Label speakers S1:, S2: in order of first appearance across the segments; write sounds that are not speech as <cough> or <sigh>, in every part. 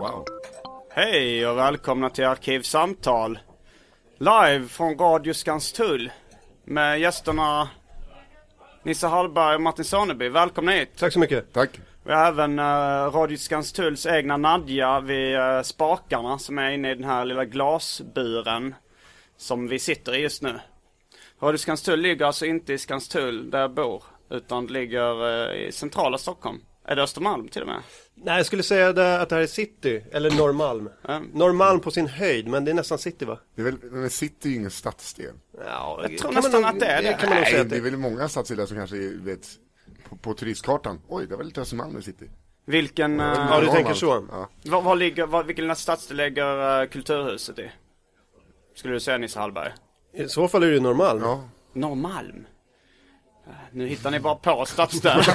S1: Wow. Hej och välkomna till Arkivsamtal. Live från Radio Skanstull. Med gästerna Nisse Hallberg och Martin Soneby. Välkomna hit.
S2: Tack så mycket.
S3: Tack.
S1: Vi har även eh, Radio Skanstulls egna Nadja vid eh, spakarna som är inne i den här lilla glasburen som vi sitter i just nu. Radio Skanstull ligger alltså inte i Skanstull där jag bor utan ligger eh, i centrala Stockholm. Är det Östermalm till och med?
S2: Nej, jag skulle säga det, att det här är city, eller Norrmalm.
S3: Mm.
S2: Norrmalm på sin höjd, men det är nästan city va?
S3: Det är väl, men city är ju ingen stadsdel.
S2: Ja,
S1: Jag tror
S2: kan man
S1: nästan
S2: nog-
S1: att det är det.
S2: kan man nog
S3: Nej,
S2: säga att
S3: det är
S2: det
S3: väl många stadsdelar som kanske är, vet, på, på turistkartan. Oj, det var lite Östermalm i city.
S1: Vilken... eh,
S2: Ja, du
S3: Norrmalm.
S2: tänker så.
S3: Ja.
S1: Var, var ligger, var, vilken stadsdel ligger eh, Kulturhuset i? Skulle du säga Nisse Hallberg?
S2: I så fall är det ju Norrmalm.
S3: ja.
S1: Norrmalm? Eh, Nu hittar ni bara på stadsdelar.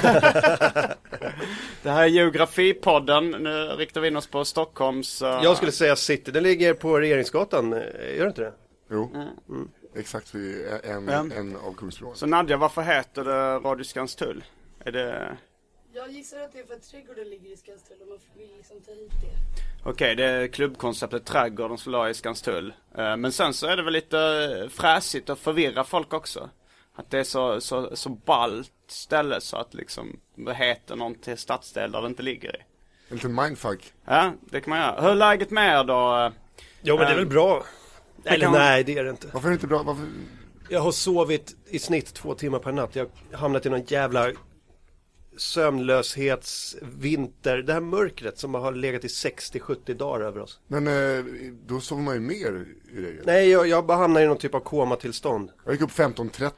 S1: det här är Geografipodden. Nu riktar vi in oss på Stockholms... eh,
S2: Jag skulle säga city, det ligger på Regeringsgatan, eh, gör det inte det?
S3: Jo. Mm. Exakt vid en,
S1: Men-
S3: en av Kungsbron.
S1: Så Nadja, varför heter det Radio Skanstull? Är det...
S4: Jag gissar att det är för att trädgården ligger i Skanstull och man vill liksom ta hit det.
S1: Okej, det är klubbkonceptet Trädgården som la i Skanstull. Eh, Men sen så är det väl lite eh, fräsigt att förvirra folk också. Att det är så, så, så ballt ställe så att liksom det heter någon till stadsdel där det inte ligger i.
S3: En liten mindfuck.
S1: Ja, det kan man göra. Hur är läget med er då?
S2: Jo, men det är väl bra. Eh, Eller
S1: kan-
S2: nej, det är det inte.
S3: Varför är det inte bra? Varför?
S2: Jag har sovit i snitt två timmar per natt. Jag har hamnat i någon jävla sömnlöshetsvinter. Det här mörkret som har legat i 60-70 dagar över oss.
S3: Men eh, då sover man ju mer i regel.
S2: Nej, jag, jag bara hamnar i någon typ av komatillstånd.
S3: Jag gick upp 15.30.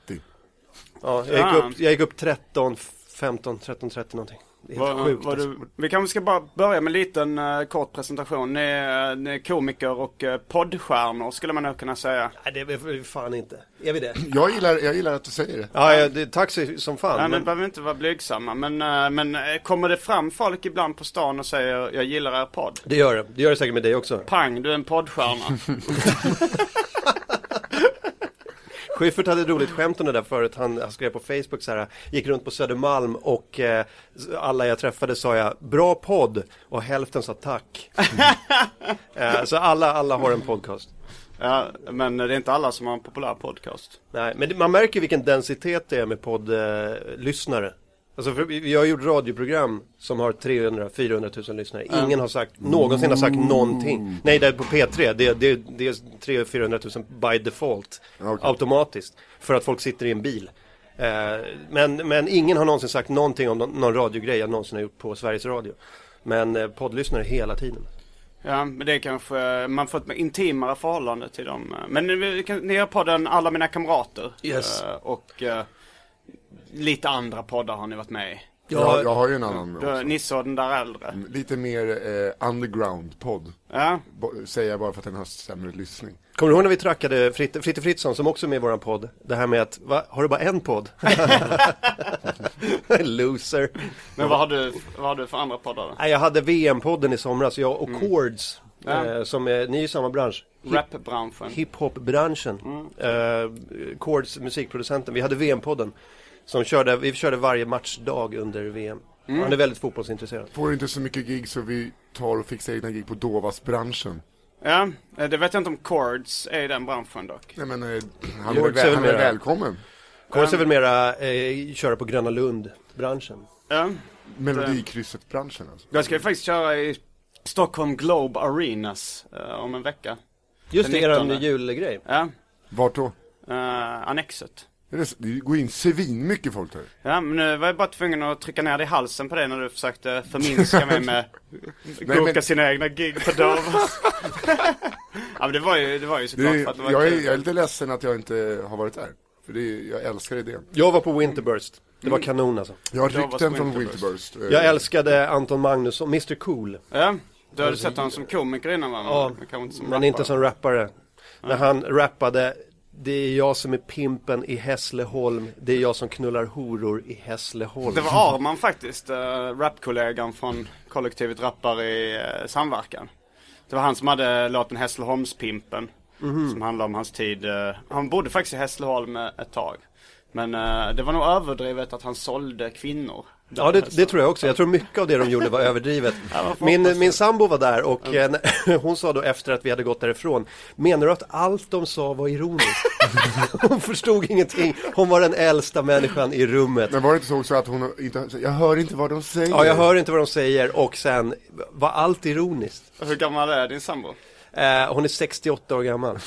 S2: Ja, jag gick
S1: Ja.
S2: upp, jag gick upp 13, 15, 13, 30 någonting. Det är helt
S1: Vad-
S2: sjukt
S1: vad
S2: alltså.
S1: du, vi kanske ska bara börja med en liten eh, kort presentation. Ni, är- ni är komiker och uh, poddstjärnor skulle man nog kunna säga.
S2: Nej, det är vi fan inte. Är vi det?
S3: Jag gillar, jag gillar att du säger det.
S2: Ja, ja det, tack så- som fan.
S1: Nej, ni
S2: men,
S1: behöver inte vara blygsamma. Men, eh, men eh, kommer det fram folk ibland på stan och säger jag gillar er podd?
S2: det gör det. Det gör det säkert med dig också.
S1: Pang, du är en poddstjärna.
S2: Schyffert hade ett roligt skämt om det där förut. Han, han skrev på Facebook så här. Gick runt på Södermalm och eh, alla jag träffade sa jag bra podd och hälften sa <laughs> tack. eh, så alla, alla har en podcast.
S1: ja, men det är inte alla som har en populär podcast.
S2: Nej, men det- man märker vilken densitet det är med poddlyssnare. Alltså för vi- jag har gjort radioprogram som har 300-400 000 lyssnare. Ingen har sagt, någonsin har sagt någonting. Nej, det är på P3, det, det, det är 300-400 000 by default.
S3: Okej.
S2: Automatiskt. För att folk sitter i en bil. Eh, men, men ingen har någonsin sagt någonting om någon, någon radiogrej jag någonsin har gjort på Sveriges Radio. Men eh, poddlyssnare hela tiden.
S1: Ja, men det är kanske, man får ett intimare förhållande till dem. Men ni, ni har podden Alla mina kamrater.
S2: Yes.
S1: Eh, Och eh, lite andra poddar har ni varit med i.
S2: Ja.
S3: Jag, jag har ju en annan
S1: Du,
S3: Mm, också. Mm.
S1: Nisse och den där äldre.
S3: Lite mer eh, underground-podd.
S1: Ja,
S3: Bo- Säger jag bara för att den har sämre lyssning.
S2: Kommer du ihåg när vi trackade Fritte, Fritte Fritzson som också är med i våran podd? Det här med att, va, har du bara en podd? Loser.
S1: men vad har du, vad har du för andra poddar då?
S2: Nej, jag hade VM-podden i somras, jag och Chords, eh, som är, ni är i samma bransch.
S1: Rapbranschen.
S2: Hiphop-branschen. Eh, Chords, musikproducenten. Vi hade VM-podden. Som körde, vi körde varje matchdag under VM. Han är väldigt fotbollsintresserad.
S3: Får inte så mycket gig så vi tar och fixar egna gig på Dovas-branschen.
S1: Ja, eh, det vet jag inte om Chords är i den branschen dock.
S3: Nej men eh, han, är,
S2: George
S3: väl, väl- han är
S2: Severa.
S3: välkommen.
S2: Chords är väl mera eh, köra på Gröna Lund-branschen.
S1: Ja,
S3: Melodikrysset-branschen alltså.
S1: jag ska ju faktiskt köra i Stockholm Globe Arenas eh, om en vecka.
S2: Just
S1: Den
S2: det, eran
S1: 19.
S2: julgrej.
S1: Ja,
S3: Vart då?
S1: eh, Annexet.
S3: Är det, s- det går in svinmycket folk där.
S1: Ja, men nu var jag bara tvungen att trycka ner dig i halsen på det när du försökte förminska mig
S3: <laughs>
S1: med koka
S3: men-
S1: sina egna gig på Dovas. <laughs> ja, men det var ju, det var ju
S3: Det
S1: såklart
S3: är,
S1: för att det var
S3: jag, är,
S1: kul.
S3: jag är lite ledsen att jag inte har varit där. För det är, jag älskar idén.
S2: Jag var på Winterburst. Det var kanon alltså.
S3: Jag har
S1: Jag var
S3: rykten
S1: på
S3: från
S1: Winterburst.
S3: Winterburst. eh,
S2: Jag älskade Anton Magnusson, Mr Cool.
S1: Ja, du hade sett honom som komiker innan va?
S2: Ja,
S1: Men kanske inte som
S2: men inte som rappare. När han rappade Det är jag som är pimpen i Hässleholm, det är jag som knullar horor i Hässleholm.
S1: Det var Arman faktiskt, äh, rapkollegan från kollektivet Rappar i eh, Samverkan. Det var han som hade låten Hässleholmspimpen. Som handlar om hans tid. eh, han bodde faktiskt i Hässleholm eh, ett tag. Men eh, det var nog överdrivet att han sålde kvinnor.
S2: Ja det, det tror jag också, jag tror mycket av det de gjorde
S1: <laughs>
S2: var överdrivet. Min, min sambo var där och eh,
S1: Mm.
S2: när- <laughs> hon sa då efter att vi hade gått därifrån, menar du att allt de sa var ironiskt? <laughs> Hon förstod ingenting, hon var den äldsta människan i rummet.
S3: Men var det inte så också att hon inte, jag hör inte vad de säger.
S2: Ja, jag hör inte vad de säger och sen, var allt ironiskt?
S1: Hur gammal är din sambo?
S2: Eh, hon är 68 år gammal.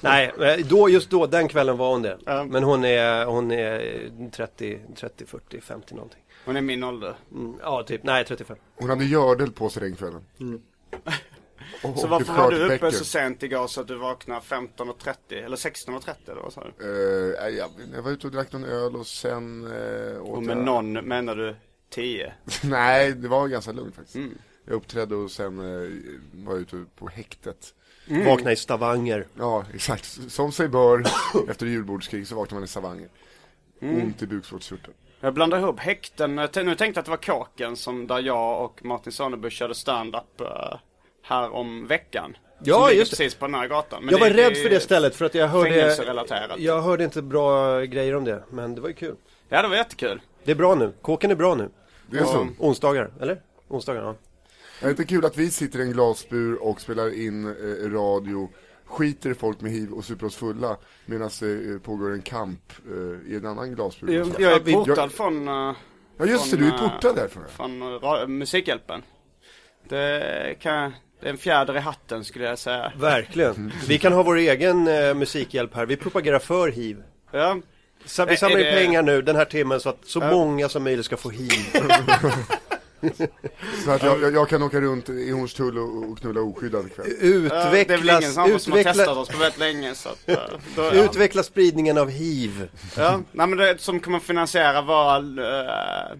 S2: Nej, eh, då, just då, den kvällen var hon det.
S1: Ja.
S2: Men hon är, hon är 30, 30, 40, 50 någonting.
S1: Hon är min ålder.
S2: Mm, ja, typ. Nej, 35.
S3: Hon hade gördel på sig den kvällen. <laughs> Och,
S1: Mm. Så
S3: och
S1: varför var du uppe
S3: skörtbäcken.
S1: så sent igår så att du vaknade 15.30 eller 16.30 eller vad sa du?
S3: Eh, nej, jag, jag var ute och drack någon öl och sen eh, åt
S1: Och med
S3: jag-
S1: någon menar du 10?
S3: <laughs> Nej, det var ganska lugnt faktiskt. Jag uppträdde och sen eh, var jag ute på häktet.
S1: Mm.
S2: Vakna i Stavanger.
S3: Ja, exakt. Som sig bör, efter julbordskrig så vaknade man i Stavanger. Ont i bukspottkörteln.
S1: Jag blandar ihop häkten, Jag tän- nu tänkte jag att det var Kåken som där jag och Martin Sonneby körde stand-up eh, här om veckan.
S2: Ja,
S1: som ligger
S2: just det.
S1: precis på den här gatan. Men
S2: Jag var
S1: det-
S2: rädd för det stället för att jag hörde,
S1: Fängelserelaterat.
S2: jag hörde inte bra grejer om det. Men det var ju kul.
S1: Ja, det var jättekul.
S2: Det är bra nu. Kåken är bra nu.
S3: Det är så.
S2: Onsdagar, eller? Onsdagar, ja.
S3: Är det inte kul att vi sitter i en glasbur och spelar in eh, radio, skiter i folk med hiv och super oss fulla, medan det eh, pågår en kamp eh, i en annan glasbur?
S1: Jag är
S2: vi-
S1: portad
S3: jag-
S1: från, eh,
S3: Ja just det,
S1: Från,
S3: du är portad därifrån. ja.
S1: från eh, ra- Musikhjälpen. Det, kan, det är en fjäder i hatten skulle jag säga.
S2: Verkligen. Vi kan ha vår egen eh, musikhjälp här. Vi propagerar för hiv.
S1: Ja,
S2: Så
S1: Ä-
S2: vi
S1: är
S2: samlar in
S1: det-
S2: pengar nu den här timmen så att så många som möjligt ska få hiv.
S3: Så att jag, jag, jag kan åka runt i Hornstull och, och knulla oskyddad ikväll.
S1: eh, det är väl ingen
S2: Utvecklas,
S1: som, som har testat
S2: utveckla,
S1: oss på väldigt länge så att, eh, då, ja.
S2: utveckla spridningen av hiv.
S1: Ja, nej men det som kommer finansiera våra eh,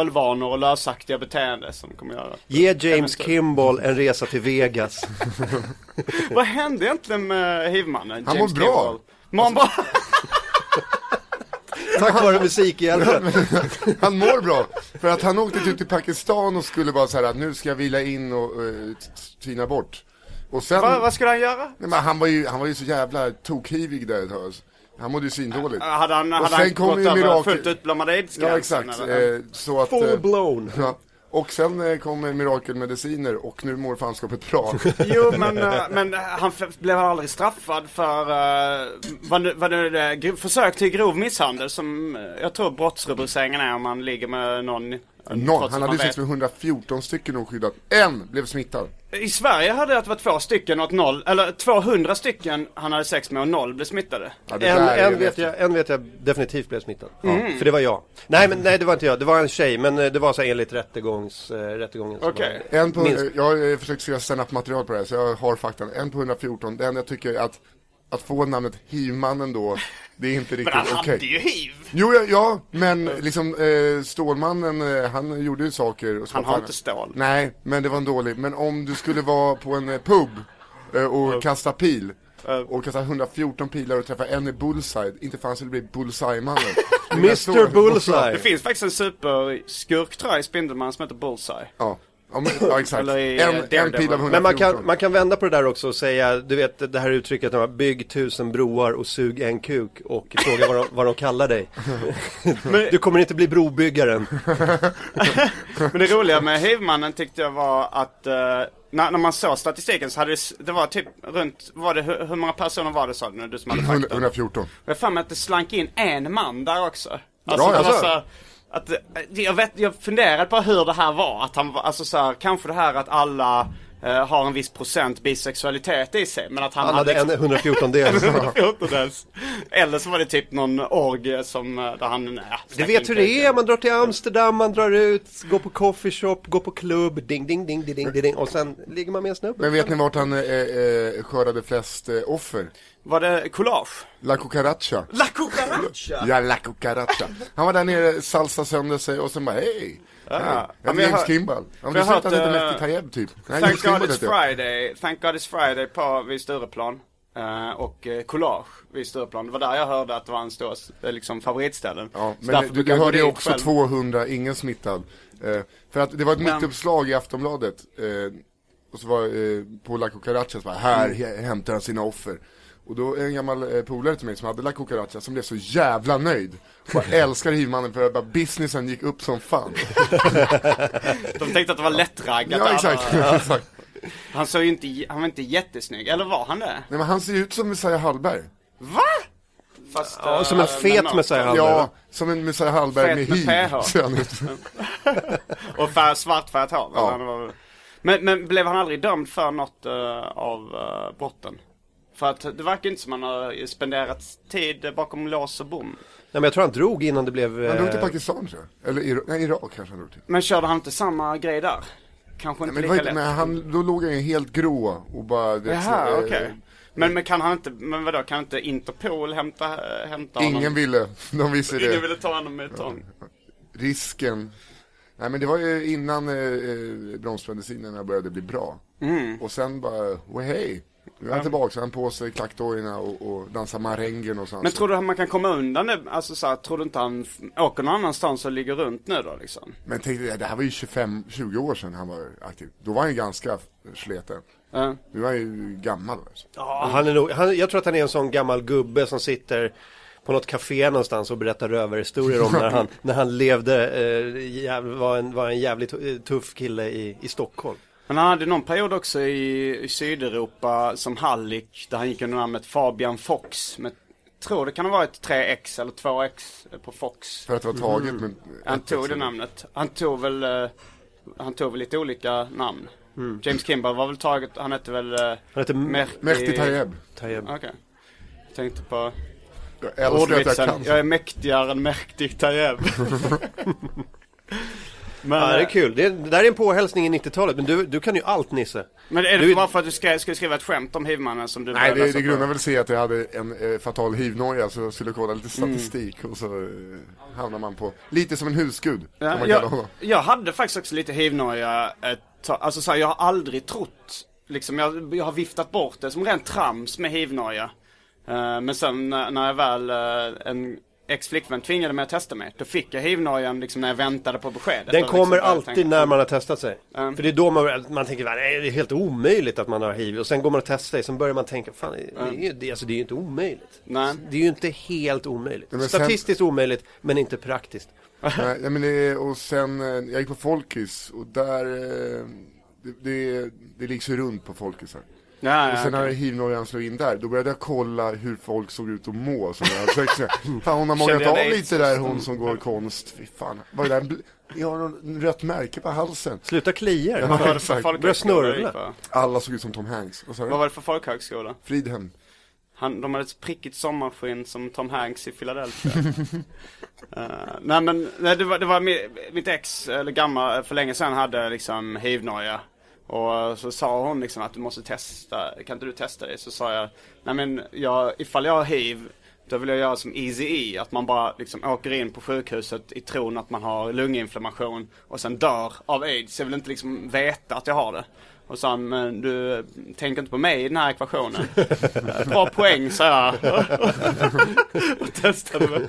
S1: ölvanor och lösaktiga beteende som kommer göra.
S2: Ge James Kimball en resa till Vegas.
S1: Vad hände egentligen med hivmannen?
S3: Han
S1: James
S3: mår bra. Alltså-
S1: Kimball? Mår han bra?
S2: Tack vare
S3: <laughs>
S2: musikhjälpen.
S3: Han mår bra, för att han åkte typ till Pakistan och skulle bara så här att nu ska jag vila in och eh, t- tina bort. Och sen,
S1: Vad, vad skulle han göra?
S3: Nej, men han var ju, han var ju så jävla tokhivig där ett tag. alltså. Han mådde ju svindåligt.
S1: Eh, Hade han,
S3: och
S1: hade
S3: sen
S1: han
S3: kom
S1: gått
S3: ju
S1: över
S3: mirakel-
S1: fullt utblommad aidsgränsen?
S3: Ja exakt,
S1: eller?
S3: eh, så att...
S2: Full
S3: eh,
S2: blown.
S3: <laughs> Ja. Och sen eh, kom eh, mirakelmediciner och nu mår
S1: <laughs>
S3: fanskapet bra.
S1: Jo men, eh, men han f- blev aldrig straffad för eh, vad nu, vad nu det är, gro- försök till grov misshandel som eh, jag tror brottsrubriceringen är om man ligger med någon. eh, trots
S3: Någon,
S1: att
S3: han
S1: man
S3: hade
S1: vet-
S3: sex med 114 stycken oskyddat. En blev smittad.
S1: I Sverige hade det att det var två stycken och att noll, eller 200 stycken han hade sex med och noll blev smittade.
S3: Ja, det
S2: En,
S3: där är
S2: en,
S3: ju
S2: vet jag, en vet jag definitivt blev smittad.
S1: Mm.
S2: För det var jag. Nej, men nej, det var inte jag. Det var en tjej, men eh, det var så här enligt rättegångs, eh, rättegången. som
S1: Okej.
S2: var-
S3: En på,
S2: Minst.
S3: eh, jag har eh, försökt skriva stand-up material på det här, så jag har faktan. En på 114, den jag tycker att, att få namnet Hivmannen då Det är
S1: <laughs>
S3: inte
S1: Men
S3: riktigt
S1: han
S3: okej.
S1: hade ju hiv!
S3: Jo, ja, ja, men liksom eh, Stålmannen, eh, han gjorde ju saker och så
S1: Han har
S3: fan-
S1: inte stål.
S3: Nej, men det var en dålig, men om du skulle vara på en eh, pub eh, och kasta pil och kasta 114 pilar och träffa en i bullseye, inte fan skulle det bli
S1: <laughs>
S3: bullseye-mannen
S2: Mr
S1: Det
S2: Bullseye!
S1: finns faktiskt en superskurk tror jag i Spindelman som heter Bullseye.
S3: Ja, ja, men, ja exakt,
S1: Eller i, eh,
S3: en, en pil av
S1: Daredevil.
S3: 114
S2: Men man kan, man kan vända på det där också och säga, du vet det här uttrycket, de här, bygg tusen broar och sug en kuk och fråga vad de, vad de kallar dig. Du kommer inte bli brobyggaren.
S1: Men det roliga med hivmannen tyckte jag var att eh, när, när man såg statistiken så hade det, s- det var typ runt, var det, hur, hur många personer var det sa du nu, du som hade fakta?
S3: 114
S1: Jag har för mig att det slank in en man där också.
S3: Ja,
S1: det var
S3: alltså.
S1: så här- att, eh, jag, vet, jag funderade på hur det här var. Att han, var- alltså så här, kanske det här att alla eh, har en viss procent bisexualitet i sig. Men att han,
S2: Han hade en 114
S3: <laughs>
S2: del.
S1: <laughs> 14 ens. Eller så var det typ någon orgie som, eh, där han, nej,
S2: Du vet hur det är, man drar till Amsterdam, man drar ut, går på coffeeshop, går på klubb, ding ding ding ding ding ding och sen ligger man med en snubbe.
S3: Men vet ni vart han eh, eh, skördade flest eh, offer?
S1: Var det collage?
S3: La Cucaracha
S1: La cucaracha!
S3: Ja, La Cucaracha Han var där nere, salsa sönder sig och sen bara hej! Ja, jag
S1: men jag
S3: heter James
S1: hör-
S3: Kimball. Ja, men
S1: jag
S3: du sa
S1: hört,
S3: att han hette
S1: eh,
S3: Mehdi Tayeb typ. Nej,
S1: Thank
S3: James
S1: God
S3: Kimball
S1: It's
S3: heter jag.
S1: Friday, Thank God It's Friday på, vid Stureplan. Eh, och eh, Collage vid Stureplan. Det var där jag hörde att det var en stor, eh, liksom favoritställen.
S3: Ja,
S1: Så därför
S3: men du,
S1: brukar
S3: du
S1: jag gå
S3: hörde ju
S1: dit
S3: också
S1: själv.
S3: 200, ingen smittad. Eh, för att det var ett
S1: Men-
S3: mittuppslag i Aftonbladet. Eh, och så var eh, på La Cucaracha så bara, här
S1: Mm.
S3: he- hämtar han sina offer. Och då en gammal eh, polare till mig som hade La Cucaracha som blev så jävla nöjd.
S1: <laughs>
S3: Och älskar hivmannen för att bara businessen gick upp som fan.
S1: De tänkte att det var lättraggat.
S3: ja
S1: där. <laughs>
S3: exakt, exakt.
S1: Han såg ju inte, han var inte jättesnygg. Eller var han det?
S3: Nej men han ser ju ut som Messiah Hallberg.
S1: Va? Fast,
S2: Ja, som en
S1: eh,
S2: fet
S1: men-
S2: Messiah Hallberg. va?
S3: Ja, som en Messiah Hallberg med
S1: Fet med
S3: hiv.
S1: PH.
S3: <laughs> ser
S1: <laughs>
S3: han ut.
S1: Och fär, svartfärgat hår.
S3: Ja.
S1: Han var- Men, men blev han aldrig dömd för något eh, av uh, brotten? För att det verkar inte som han har spenderat tid bakom lås och bom.
S2: Nej men jag tror han drog innan det blev...
S3: Han drog till
S2: eh,
S3: Pakistan tror jag. Eller Irak, nej, Irak kanske han drog till.
S1: Men körde han inte samma grej där? Kanske inte
S3: Men,
S1: lika
S3: det var inte,
S1: lätt.
S3: men han, då låg han ju helt grå och bara... du vet,
S1: Jaha,
S3: eh,
S1: okej. Men, men kan han inte, men vadå, kan inte Interpol hämta, eh, hämta
S3: Ingen
S1: honom?
S3: ville, <laughs> de visste
S1: Ingen
S3: det.
S1: ville ta honom med tång.
S3: Risken. Nej men det var ju innan eh, eh, bromsmedicinerna började bli bra.
S1: Mm.
S3: Och sen bara, oh, hej. Nu är han tillbaka, så han på sig klackdojorna och, och dansar marängen och sånt.
S1: Men tror du att man kan komma undan det? Alltså så här, tror du inte han f- åker någon annanstans och ligger runt nu då liksom?
S3: men tänk dig, det här var ju 25, 20 år sedan han var aktiv. Då var han ju ganska sleten.
S1: Ja.
S3: Nu är han ju gammal. Alltså.
S2: Ja, han är nog, han, jag tror att han är en sån gammal gubbe som sitter på något café någonstans och berättar rövarhistorier om när han, när han levde, eh, jäv, var, en, var en jävligt eh, tuff kille i, i Stockholm.
S1: Men han hade någon period också i, i Sydeuropa som Hallik där han gick under namnet Fabian Fox. Men tror det kan ha varit 3X eller 2X på Fox.
S3: För att det var taget men...
S1: Mm. Han tog det namnet. Han tog väl, eh, han tog väl lite olika namn. James Kimball var väl taget, han hette väl eh,
S2: Han heter M-
S1: Mehdi-
S3: Mehdi Tayeb.
S2: Tayyip.
S1: Okej. Jag tänkte på
S3: Jag älskar att jag
S1: ordvitsen.
S3: kan.
S1: Jag är mäktigare än Mehdi Tayeb. Men, eh,
S2: Ja, det är kul. Det, det där är en påhälsning i 90-talet, men du, du kan ju allt Nisse.
S1: men är det
S2: Du-
S1: bara för att du skrev, skulle skriva ett skämt om hivmannen som du
S3: Nej,
S1: började
S3: det,
S1: läsa
S3: det
S1: på?
S3: grundar väl sig att jag hade en eh, fatal hivnoja så jag skulle kolla lite
S1: Mm.
S3: statistik och så eh, hamnar man på, lite som en husgud kan
S2: Oh
S1: Ja,
S3: man kalla
S1: jag, <laughs>
S3: honom.
S1: jag hade faktiskt också lite hivnoja ett tag. Alltså så här, jag har aldrig trott, liksom jag, jag har viftat bort det som rent trams med hivnoja. Eh, men sen när, när jag väl, eh, en ex-flickvän tvingade mig att testa mig. Då fick jag hivnojan liksom när jag väntade på beskedet.
S2: Den
S1: Och
S2: kommer
S1: liksom,
S2: alltid
S1: tänkte-
S2: när man har testat sig.
S1: Mm.
S2: För det är då man, man tänker, "Va, nej, det är helt omöjligt att man har hiv. Och sen går man och testar sig, sen börjar man tänka, fan det, det, är, ju- det, alltså, det är ju inte omöjligt.
S1: Nej.
S2: Det är ju inte helt omöjligt.
S3: men sen-
S2: Statistiskt omöjligt, men inte praktiskt.
S3: Nej, nej, men det, och sen, eh, jag gick på Folkis och där, eh, det, det, det liggs ju runt på Folkisar.
S1: Ja, ja,
S3: Och sen
S1: Ah, okej.
S3: när hivnojan slog in där, då började jag kolla hur folk såg ut att må som jag hade
S1: <laughs>
S3: sex med. Fan hon har magat
S1: Kände jag
S3: av
S1: dig?
S3: lite där hon som går konst, fy fan. Vad är det där? Jag har något rött märke på halsen.
S2: Sluta klia dig.
S1: Vad var det för
S3: Exakt.
S1: folkhögskola
S2: Börja
S1: du gick
S2: snörvla.
S1: på?
S3: Alla såg ut som Tom Hanks. Vad sa
S1: Vad
S3: du?
S1: var det för folkhögskola?
S3: Fridhem.
S1: Han, de hade ett prickigt sommarskinn som Tom Hanks i Philadelphia. Eh, nej men, nej, det var, det var mi- mitt ex, eller gamla, för länge sedan hade liksom hivnoja. Och så sa hon liksom att du måste testa, kan inte du testa dig? Så sa jag, nej men jag, ifall jag har hiv Då vill jag göra som Easy-E, att man bara liksom åker in på sjukhuset i tron att man har lunginflammation och sen dör av aids. Jag vill inte liksom veta att jag har det. Och sen, men du eh, tänker inte på mig i den här ekvationen. Bra poäng så jag. och testade mig.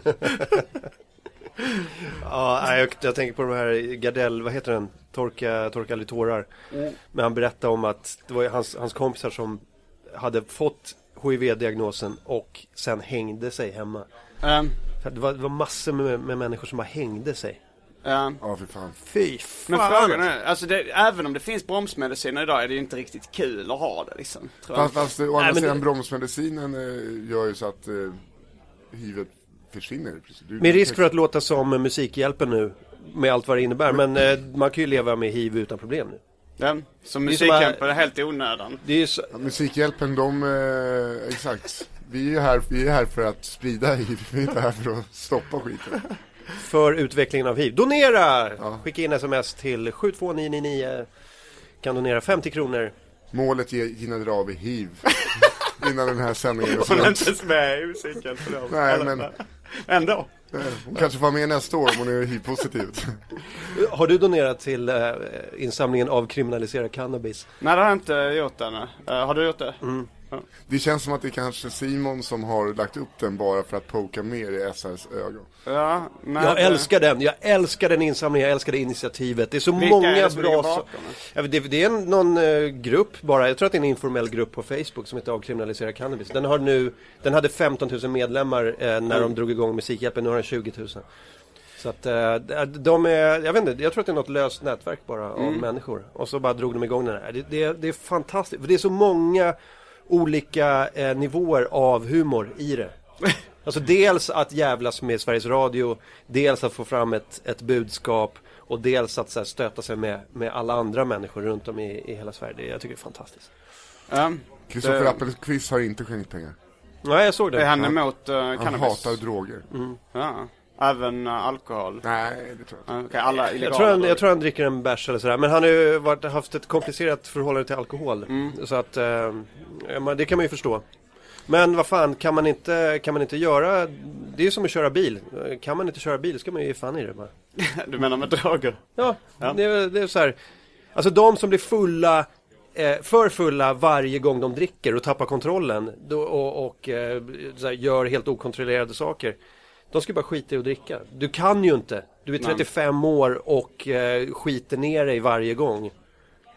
S2: Ja, nej, jag, jag tänker på de här Gardell, vad heter den? Torka, torka aldrig tårar.
S1: Mm.
S2: Men han berättade om att det var ju hans, hans kompisar som hade fått HIV-diagnosen och sen hängde sig hemma.
S1: Ehm,
S2: För att det, var, det var massor med, med människor som bara hängde sig.
S1: ehm.
S3: Ja, fy fan.
S2: Fy fan!
S1: Men frågan är, alltså det, även om det finns bromsmediciner idag är det ju inte riktigt kul att ha det liksom. Tror jag.
S3: Fast, fast å andra
S2: men det-
S3: sidan bromsmedicinen eh, gör ju så att eh, hivet försvinner. Precis. Du,
S2: Med risk för att låta som Musikhjälpen nu, med allt vad det innebär. Men eh, man kan ju leva med HIV utan problem nu.
S1: Den, som
S2: är som att-
S1: musikhjälp Ehm, är helt i onödan.
S2: Det är ju så,
S3: Ja, Musikhjälpen, de, eh, exakt. Vi är ju här, vi är här för att sprida hiv, vi är inte här för att stoppa skiten.
S2: för utvecklingen av hiv. Donera! Skicka in sms till 72999. Kan donera 50 kronor.
S3: Målet är Gina av hiv. Innan den här sändningen är
S1: Hon är
S3: slut.
S1: inte ens med i musikhjälpen.
S3: Nej, men- eh,
S1: Ändå.
S3: Hon kanske får vara med nästa år om hon är hiv-positiv.
S2: Har du donerat till eh, insamlingen av kriminalisera cannabis?
S1: Nej det har jag inte gjort ännu. Eh, har du gjort det?
S3: Det känns som att det är kanske Simon som har lagt upp den bara för att poka mer i SRs ögon.
S1: Ja, nej,
S2: Jag
S1: det-
S2: älskar den, jag älskar den insamlingen, jag älskar det initiativet. Det är så
S1: Vilka
S2: många
S1: är det som
S2: bra
S1: ligger
S2: så...
S1: bakom
S2: Ja, men det, det är en, någon eh, grupp bara, jag tror att det är en informell grupp på Facebook som heter Avkriminalisera cannabis. Den har nu, den hade 15 000 medlemmar eh, när
S1: Mm.
S2: de drog igång Musikhjälpen, nu har den 20 000. Så att eh, de är, jag vet inte, jag tror att det är något löst nätverk bara av
S1: Mm.
S2: människor. Och så bara drog de igång den här. Det, det, det är fantastiskt, för det är så många olika eh, nivåer av humor i det. Alltså dels att jävlas med Sveriges Radio, dels att få fram ett, ett budskap och dels att så här, stöta sig med, med alla andra människor runt om i, i hela Sverige. Det, jag tycker det är fantastiskt.
S1: Ja,
S3: Kristoffer
S1: Det-
S3: Appelqvist har inte skänkt pengar.
S2: Ja, jag såg
S1: är
S2: det.
S1: han emot eh,
S3: Han
S1: cannabis?
S3: hatar droger.
S1: Ja. Även eh, alkohol?
S3: Nej, det tror jag inte.
S1: Ja, Okej, alla illegala
S2: Jag tror, han,
S1: droger.
S2: jag tror han dricker en bärs eller sådär. Men han har ju varit, haft ett komplicerat förhållande till alkohol.
S1: Mm.
S2: Så att, eh, ja, men det kan man ju förstå. Men vad fan, kan man inte, kan man inte göra, det är ju som att köra bil. Kan man inte köra bil ska man ju ge fan i det bara.
S1: Du menar med droger?
S2: Ja, Det, är- det är så här. Alltså de som blir fulla, eh, för fulla varje gång de dricker och tappar kontrollen då, och, och eh, så här, gör helt okontrollerade saker. De ska ju bara skita i att dricka. Du kan ju inte. Du är 35 år och eh, skiter ner dig varje gång.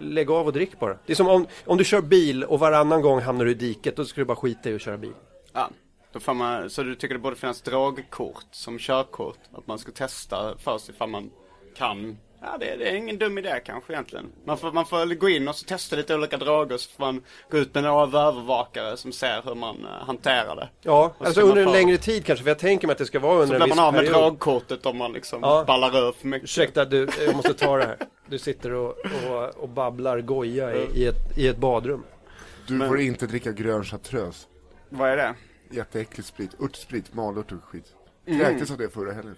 S2: Lägg av och drick bara. Det är som om, om du kör bil och varannan gång hamnar du i diket, då ska du bara skita i att köra bil.
S1: Ja. Då får man, så du tycker det borde finnas drogkort som körkort? Att man ska testa först ifall man kan? Ja, det, det är ingen dum idé kanske egentligen. Man får, man får gå in och så testa lite olika droger så får man gå ut med några övervakare som ser hur man eh, hanterar det.
S2: Ja,
S1: så
S2: alltså
S1: kan man
S2: under en
S1: få-
S2: längre tid kanske, för jag tänker mig att det ska vara
S1: Så
S2: under en
S1: blir
S2: viss
S1: man av med
S2: period.
S1: drogkortet om man liksom
S2: Ja.
S1: ballar ur för mycket.
S2: Ursäkta, du, jag måste ta det här. Du sitter och, och, och babblar goja i, i, ett, i ett badrum.
S3: Du får inte dricka grön chartreuse.
S1: Vad är det?
S3: Jätteäcklig sprit. Örtsprit, malört och skit. Kräktes av det förra helgen.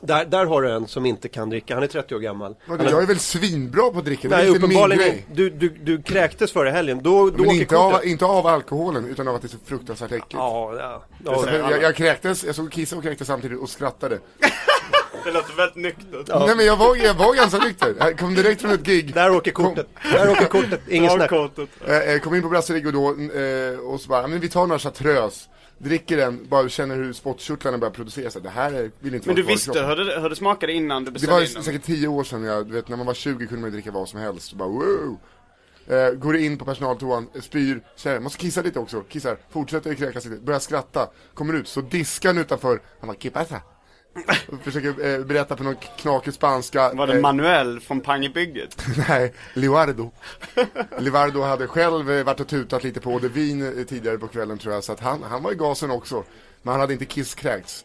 S2: Där, där har du en som inte kan dricka, han är 30 år gammal.
S3: Vadå, Jag är väl svinbra på att dricka, det är
S2: Nej,
S3: inte min
S2: uppenbarligen,
S3: grej.
S2: du, du, du kräktes före helgen, då, då
S3: Men
S2: åker
S3: inte av,
S2: kortet.
S3: inte av alkoholen, utan av att det är så fruktansvärt äckligt.
S2: Ja, ja.
S3: Så
S2: ja.
S3: jag, jag kräktes, jag såg kissa och kräktes samtidigt och skrattade.
S1: Det låter väldigt nyktert.
S3: Nej men jag var, jag var ganska nykter. Jag kom direkt från ett gig.
S2: Där åker kortet, där åker kortet, inget snack.
S1: Drogkortet.
S3: Eh, eh, kom in på Brasserie då eh, och så bara, men vi tar några chartreuse. Dricker den, bara känner hur spottkörtlarna börjar produceras. Det här är- vill inte
S1: Men
S3: vara
S1: du
S3: kvar i
S1: visste
S3: kroppen.
S1: hur det, hur det smakade innan du
S3: Det
S1: beställde
S3: var ju
S1: in den?
S3: säkert tio år sedan, jag, du vet när man var 20 kunde man ju dricka vad som helst, så bara wow. Eh, går in på personaltoan, eh, spyr, säger måste kissa lite också, kissar, fortsätter kräkas lite, börjar skratta, kommer ut, så diskan utanför, han bara
S1: <laughs>
S3: "¿Qué pasa? Och Försöker eh, berätta på någon knakig spanska
S1: Var det
S3: eh,
S1: manuell från Pang i bygget?
S3: Nej, Livardo. Livardo hade själv eh, varit och tutat lite på Eau de Vin eh, tidigare på kvällen tror jag, så att han, han var i gasen också. Men han hade inte kisskräkts.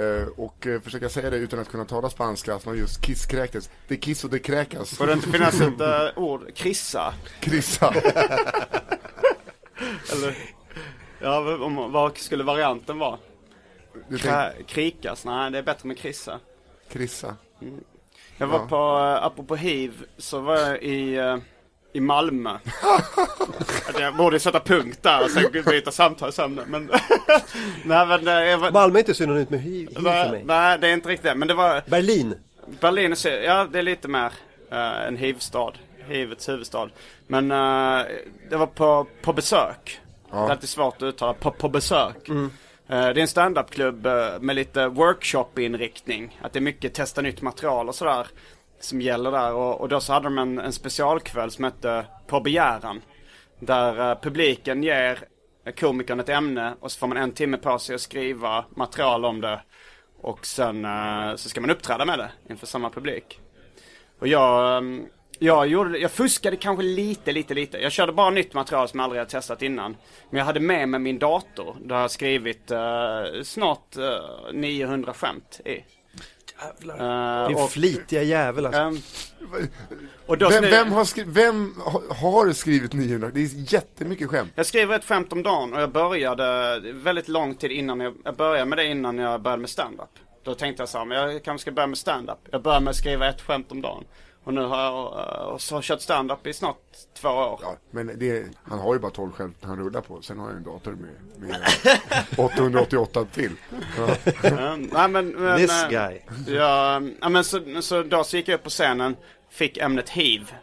S3: Eh, och eh, försöka säga det utan att kunna tala spanska, att man just kisskräktes. Det är kiss och det kräkas.
S1: Får det inte finnas ett eh, ord? Krissa?
S3: Krissa.
S1: Eller? Ja, v- om, vad skulle varianten vara?
S3: Du tänkte,
S1: Krä, krikas? Nej, det är bättre med krissa.
S3: krissa.
S1: Jag var på, eh, apropå hiv, så var jag i eh, i
S2: <laughs>
S1: Malmö. Att jag borde sätta punkt där och sen byta samtalsämne. Men, <laughs> nej, men eh, jag var,
S2: Malmö är inte synonymt med hy, hy för
S1: nej,
S2: mig.
S1: nej, det är inte riktigt det. Men det var
S2: Berlin.
S1: Berlin, är så- ja det är lite mer eh, en hivstad. Hivets huvudstad. Men eh, det var på, på besök. Det är alltid svårt att uttala på, på besök. Eh, det är en standupklubb eh, med lite workshop-inriktning. Att det är mycket testa nytt material och sådär. Som gäller där. Och, och då så hade de en, en specialkväll som hette På begäran. Där eh, publiken ger komikern ett ämne och så får man en timme på sig att skriva material om det. Och sen eh, så ska man uppträda med det inför samma publik. Och jag, ehm, jag, gjorde, jag fuskade kanske lite, lite, lite. Jag körde bara nytt material som jag aldrig hade testat innan. Men jag hade med mig min dator. Där jag skrivit eh, snart eh, 900 skämt i. Jävlar.
S2: Din flitiga jävel alltså.
S1: ehm, och då
S3: Vem,
S1: snu-
S3: vem, har, skri- vem ha- har skrivit 900? Det är jättemycket skämt.
S1: Jag skriver ett skämt om dagen och jag började väldigt lång tid innan jag, jag började med det innan jag började med stand-up. Då tänkte jag så här, men jag kanske ska börja med stand-up. Jag började med att skriva ett skämt om dagen. Och nu har jag eh, och så har jag kört stand-up i snart två år.
S3: Ja, men det är, han har ju bara 12 skämt han rullar på. Sen har han ju en dator med, med 888 till. Ja.
S1: Eh, nej, men, men,
S2: Mm. This
S1: eh,
S2: guy.
S1: Ja, ja, men så, så då så gick jag upp på scenen, fick ämnet hiv.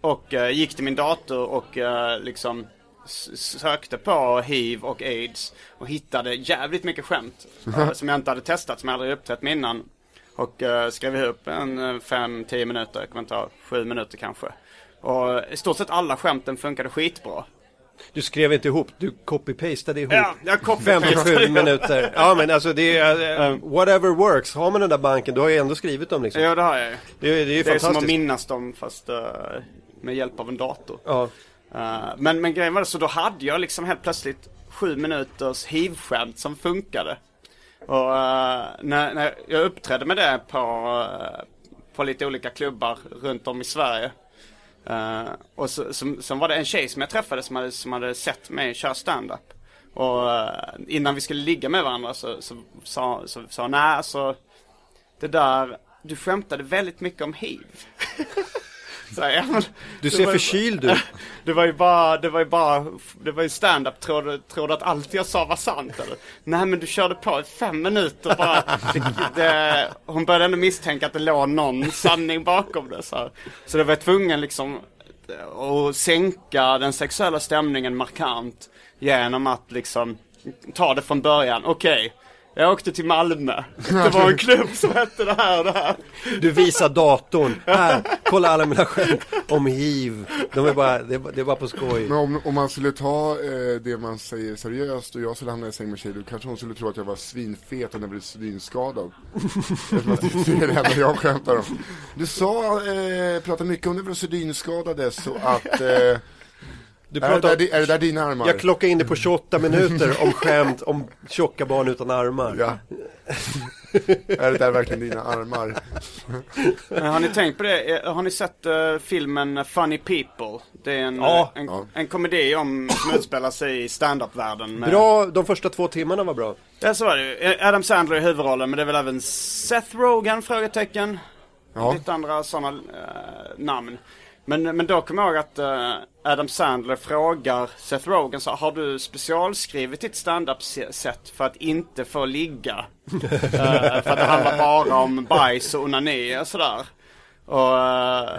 S1: Och eh, gick till min dator och eh, liksom s- sökte på hiv och aids. Och hittade jävligt mycket skämt. eh,
S2: <laughs>
S1: som jag inte hade testat, som jag aldrig upptäckt med innan. Och eh, skrev ihop en 5-10 minuter, jag kommer inte ihåg, 7 minuter kanske. Och eh, i stort sett alla skämten funkade skitbra.
S2: Du skrev inte ihop, du copy-pastade ihop.
S1: Ja, jag copy-pastade.
S2: 57 minuter. Ja men alltså det är, eh, whatever works. Har man den där banken, du har ju ändå skrivit dem liksom.
S1: Ja, det har jag ju.
S2: Det, är- det är
S1: Det
S2: ju
S1: är som att
S2: fantastiskt.
S1: minnas dem fast eh, med hjälp av en dator.
S2: Ja.
S1: Eh, men, men grejen var det, så då hade jag liksom helt plötsligt sju minuters hivskämt som funkade. Och eh, när, när jag uppträdde med det på, eh, på lite olika klubbar runt om i Sverige. Eh, och så, som, som var det en tjej som jag träffade som hade, som hade sett mig köra stand-up. Och eh, innan vi skulle ligga med varandra så sa så, sa- så, så, nej alltså det där, du skämtade väldigt mycket om hiv. så, här, ja, men,
S2: Du
S1: det
S2: ser
S1: var ju-
S2: förkyld ut.
S1: <laughs> det var ju bara, det var ju bara, det var ju stand-up, tror du, tror du att allt jag sa var sant eller? Nej men du körde på i fem minuter bara. Det, det, hon började ändå misstänka att det låg någon sanning bakom det så här. Så det var jag tvungen liksom att sänka den sexuella stämningen markant genom att liksom ta det från början. Okej, jag åkte till Malmö. Det var en klubb som hette det här och det här.
S2: Du visar datorn. Här, kolla alla mina skämt om hiv. De är bara, det är, bara- det är bara på skoj.
S3: Men om, om man skulle ta eh, det man säger seriöst och jag skulle hamna i säng med tjejer, då kanske hon skulle tro att jag var svinfet och när jag blev svinskadad. Eftersom att det är det enda jag skämtar om. Du sa, eh, pratade mycket om när du blev svinskadade, så att... Eh,
S2: Du
S3: är, det
S2: pratar
S3: där,
S2: om,
S3: di- är det där dina armar?
S2: jag klockar in det på 28 minuter om skämt om tjocka barn utan armar.
S3: ja. <laughs> är det där verkligen dina armar?
S1: Eh, Har ni tänkt på det? Eh, Har ni sett eh, filmen Funny People? Det är en, eh,
S2: Ja.
S1: en,
S3: Ja.
S1: en komedi om, som utspelar sig i standup-världen. med-
S2: Bra, de första två timmarna var bra.
S1: Ja, så var det ju. Eh, Adam Sandler i huvudrollen, men det är väl även Seth Rogen? Frågetecken.
S3: Ja.
S1: Lite andra sådana eh, namn. Men, men då kommer jag ihåg att eh, Adam Sandler frågar Seth Rogen så här, har du specialskrivit ditt standup-sätt för att inte få ligga? Eh, för att det handlar bara om bajs och onani och sådär. Och, eh,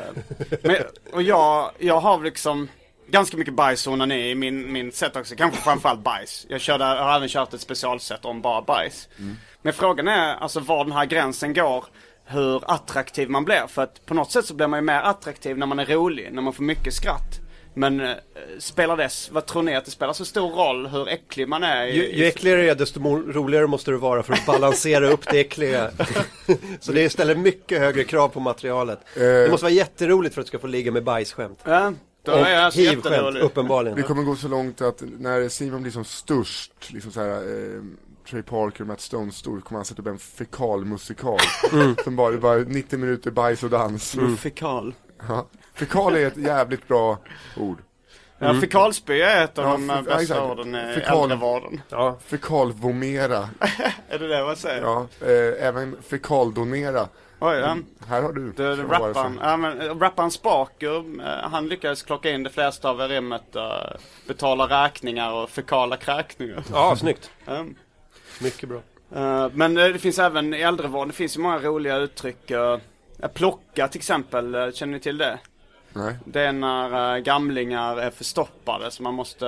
S1: men, och jag, jag har liksom ganska mycket bajs och onani i min, min set också. Kanske framförallt bajs. Jag, körde, jag har även kört ett specialset om bara bajs.
S2: Mm.
S1: Men frågan är alltså var den här gränsen går. Hur attraktiv man blir. För att på något sätt så blir man ju mer attraktiv när man är rolig. När man får mycket skratt. Men eh, spelar det, s- vad tror ni att det spelar så stor roll hur äcklig man är? i-
S2: Ju,
S3: Eh,
S2: ju äckligare det är desto mo- roligare måste det vara för att balansera upp det äckliga.
S3: <laughs>
S2: Så det ställer mycket högre krav på materialet.
S3: Eh.
S2: Det måste vara jätteroligt för att du ska få ligga med bajsskämt.
S1: Ja, då
S2: Och
S1: är jag alltså
S2: hivskämt,
S1: jätterolig.
S3: Det
S2: uppenbarligen.
S3: kommer gå så långt att när Simon blir som störst, liksom så här, eh, Trey Parker och Matt Stone stor, kommer han sätta upp en fekalmusikal. Som bara, det är bara 90 minuter bajs och dans.
S1: Mm. Fekal.
S3: Ja. Fekal är ett jävligt bra ord.
S1: Ja, fekalspy är ett av
S3: Mm. Ja,
S1: de eh,
S3: fe- ja,
S1: bästa
S3: exakt.
S1: orden i
S3: Fekal-
S1: äldrevården.
S2: Ja.
S3: Fekalvomera,
S1: Är det det man säger?
S3: ja, eh, även fekaldonera.
S1: Oj, ja.
S3: Här har du.
S1: Det- det-
S3: Vad var det för-
S1: Rapparen,
S2: Äh,
S1: ja, men, eh, rapparen Spaker, eh, han lyckades klocka in det flesta av rimmet eh, betala räkningar och fekala kräkningar. Mm.
S2: Ja, snyggt.
S1: Ja.
S2: Mycket bra.
S1: Eh, Men eh, det finns även i äldrevården, det finns ju många roliga uttryck. eh, eh, Plocka till exempel, eh, känner ni till det?
S3: Nej.
S1: Det är när eh, gamlingar är förstoppade så man måste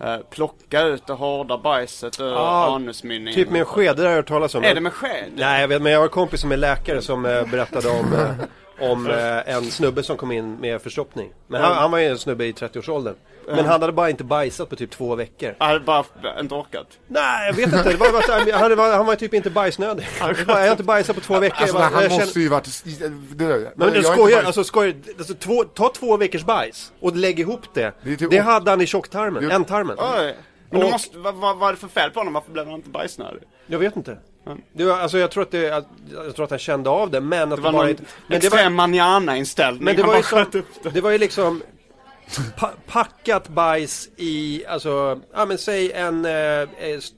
S1: eh, plocka ut det hårda bajset ur
S2: Ja,
S1: anusmynningen.
S2: Typ med en sked, det där har jag hört talas om.
S1: Är det med sked?
S2: Nej, jag vet, men jag har en kompis som är läkare som eh, berättade
S3: <laughs>
S2: om, eh, om eh, en snubbe som kom in med förstoppning. Men han, han var ju en snubbe i 30-årsåldern. Men han hade bara inte bajsat på typ två veckor.
S1: Jag hade bara inte orkat.
S2: Nej, jag vet inte. Det var, bara så här, men han, hade- var, han var typ inte bajsnödig. Det var bara, Jag har inte bajsat på två veckor.
S3: Alltså,
S2: jag bara,
S3: han
S2: jag
S3: måste
S2: känner-
S3: ju varit... i- Det, det,
S2: Men du
S3: jag är
S2: skojar,
S3: inte-
S2: alltså skojar, alltså, två, ta två veckors bajs och lägg ihop det.
S3: Det är
S2: Det,
S3: typ åt-
S2: hade han i tjocktarmen,
S3: Det-
S2: ändtarmen.
S1: Oj. Men då
S2: Mm. Och-
S1: måste, vad, vad, vad är det för fel på honom? Varför blev han inte bajsnödig?
S2: Jag vet inte. Det var, alltså jag tror, att det, att- jag tror att han kände av det, men att det,
S1: Det var
S2: bara
S1: någon
S2: inte... Men det
S1: extrem
S2: var,
S1: manana-inställning.
S2: men det
S1: Han
S2: var ju
S1: bara sköt
S2: som,
S1: upp
S2: det var ju liksom pa, packat bajs i, alltså, ja men säg en eh, eh, st-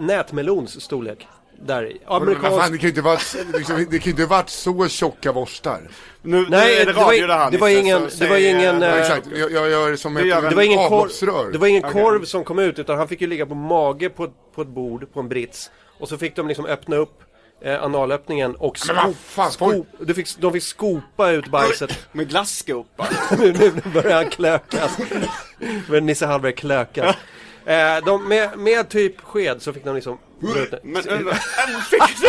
S2: nätmelons storlek. Där i.
S3: Men vad fan, det
S2: Amerikansk...
S3: kan ju inte vara, liksom, det kan ju inte varit så tjocka borstar.
S2: Eh,
S1: Nu,
S2: Nej,
S1: nu är
S2: det
S1: det
S2: var
S1: radio
S2: i-
S1: det här
S2: det var
S1: Nisse,
S2: ingen-
S1: så
S2: det var
S1: säg,
S2: ingen,
S1: eh,
S3: Ja,
S2: eh,
S3: exakt, jag, jag gör som
S1: gör en-
S3: ett
S2: Det var ingen,
S3: avloppsrör.
S2: korv, det var ingen korv som kom ut utan han fick ju ligga på mage på, ett- på ett bord på en brits. Och så fick de liksom öppna upp eh, analöppningen och
S3: Men vad
S2: sko,
S3: fan,
S2: sko, du fick, de fick skopa ut bajset. <laughs>
S1: Med glasskopa.
S2: nu, nu börjar han klökas. Men Nisse Hallberg klökas. Eh, de, med, med typ sked så fick de liksom... dra ut det.
S1: Men, men, men fick du...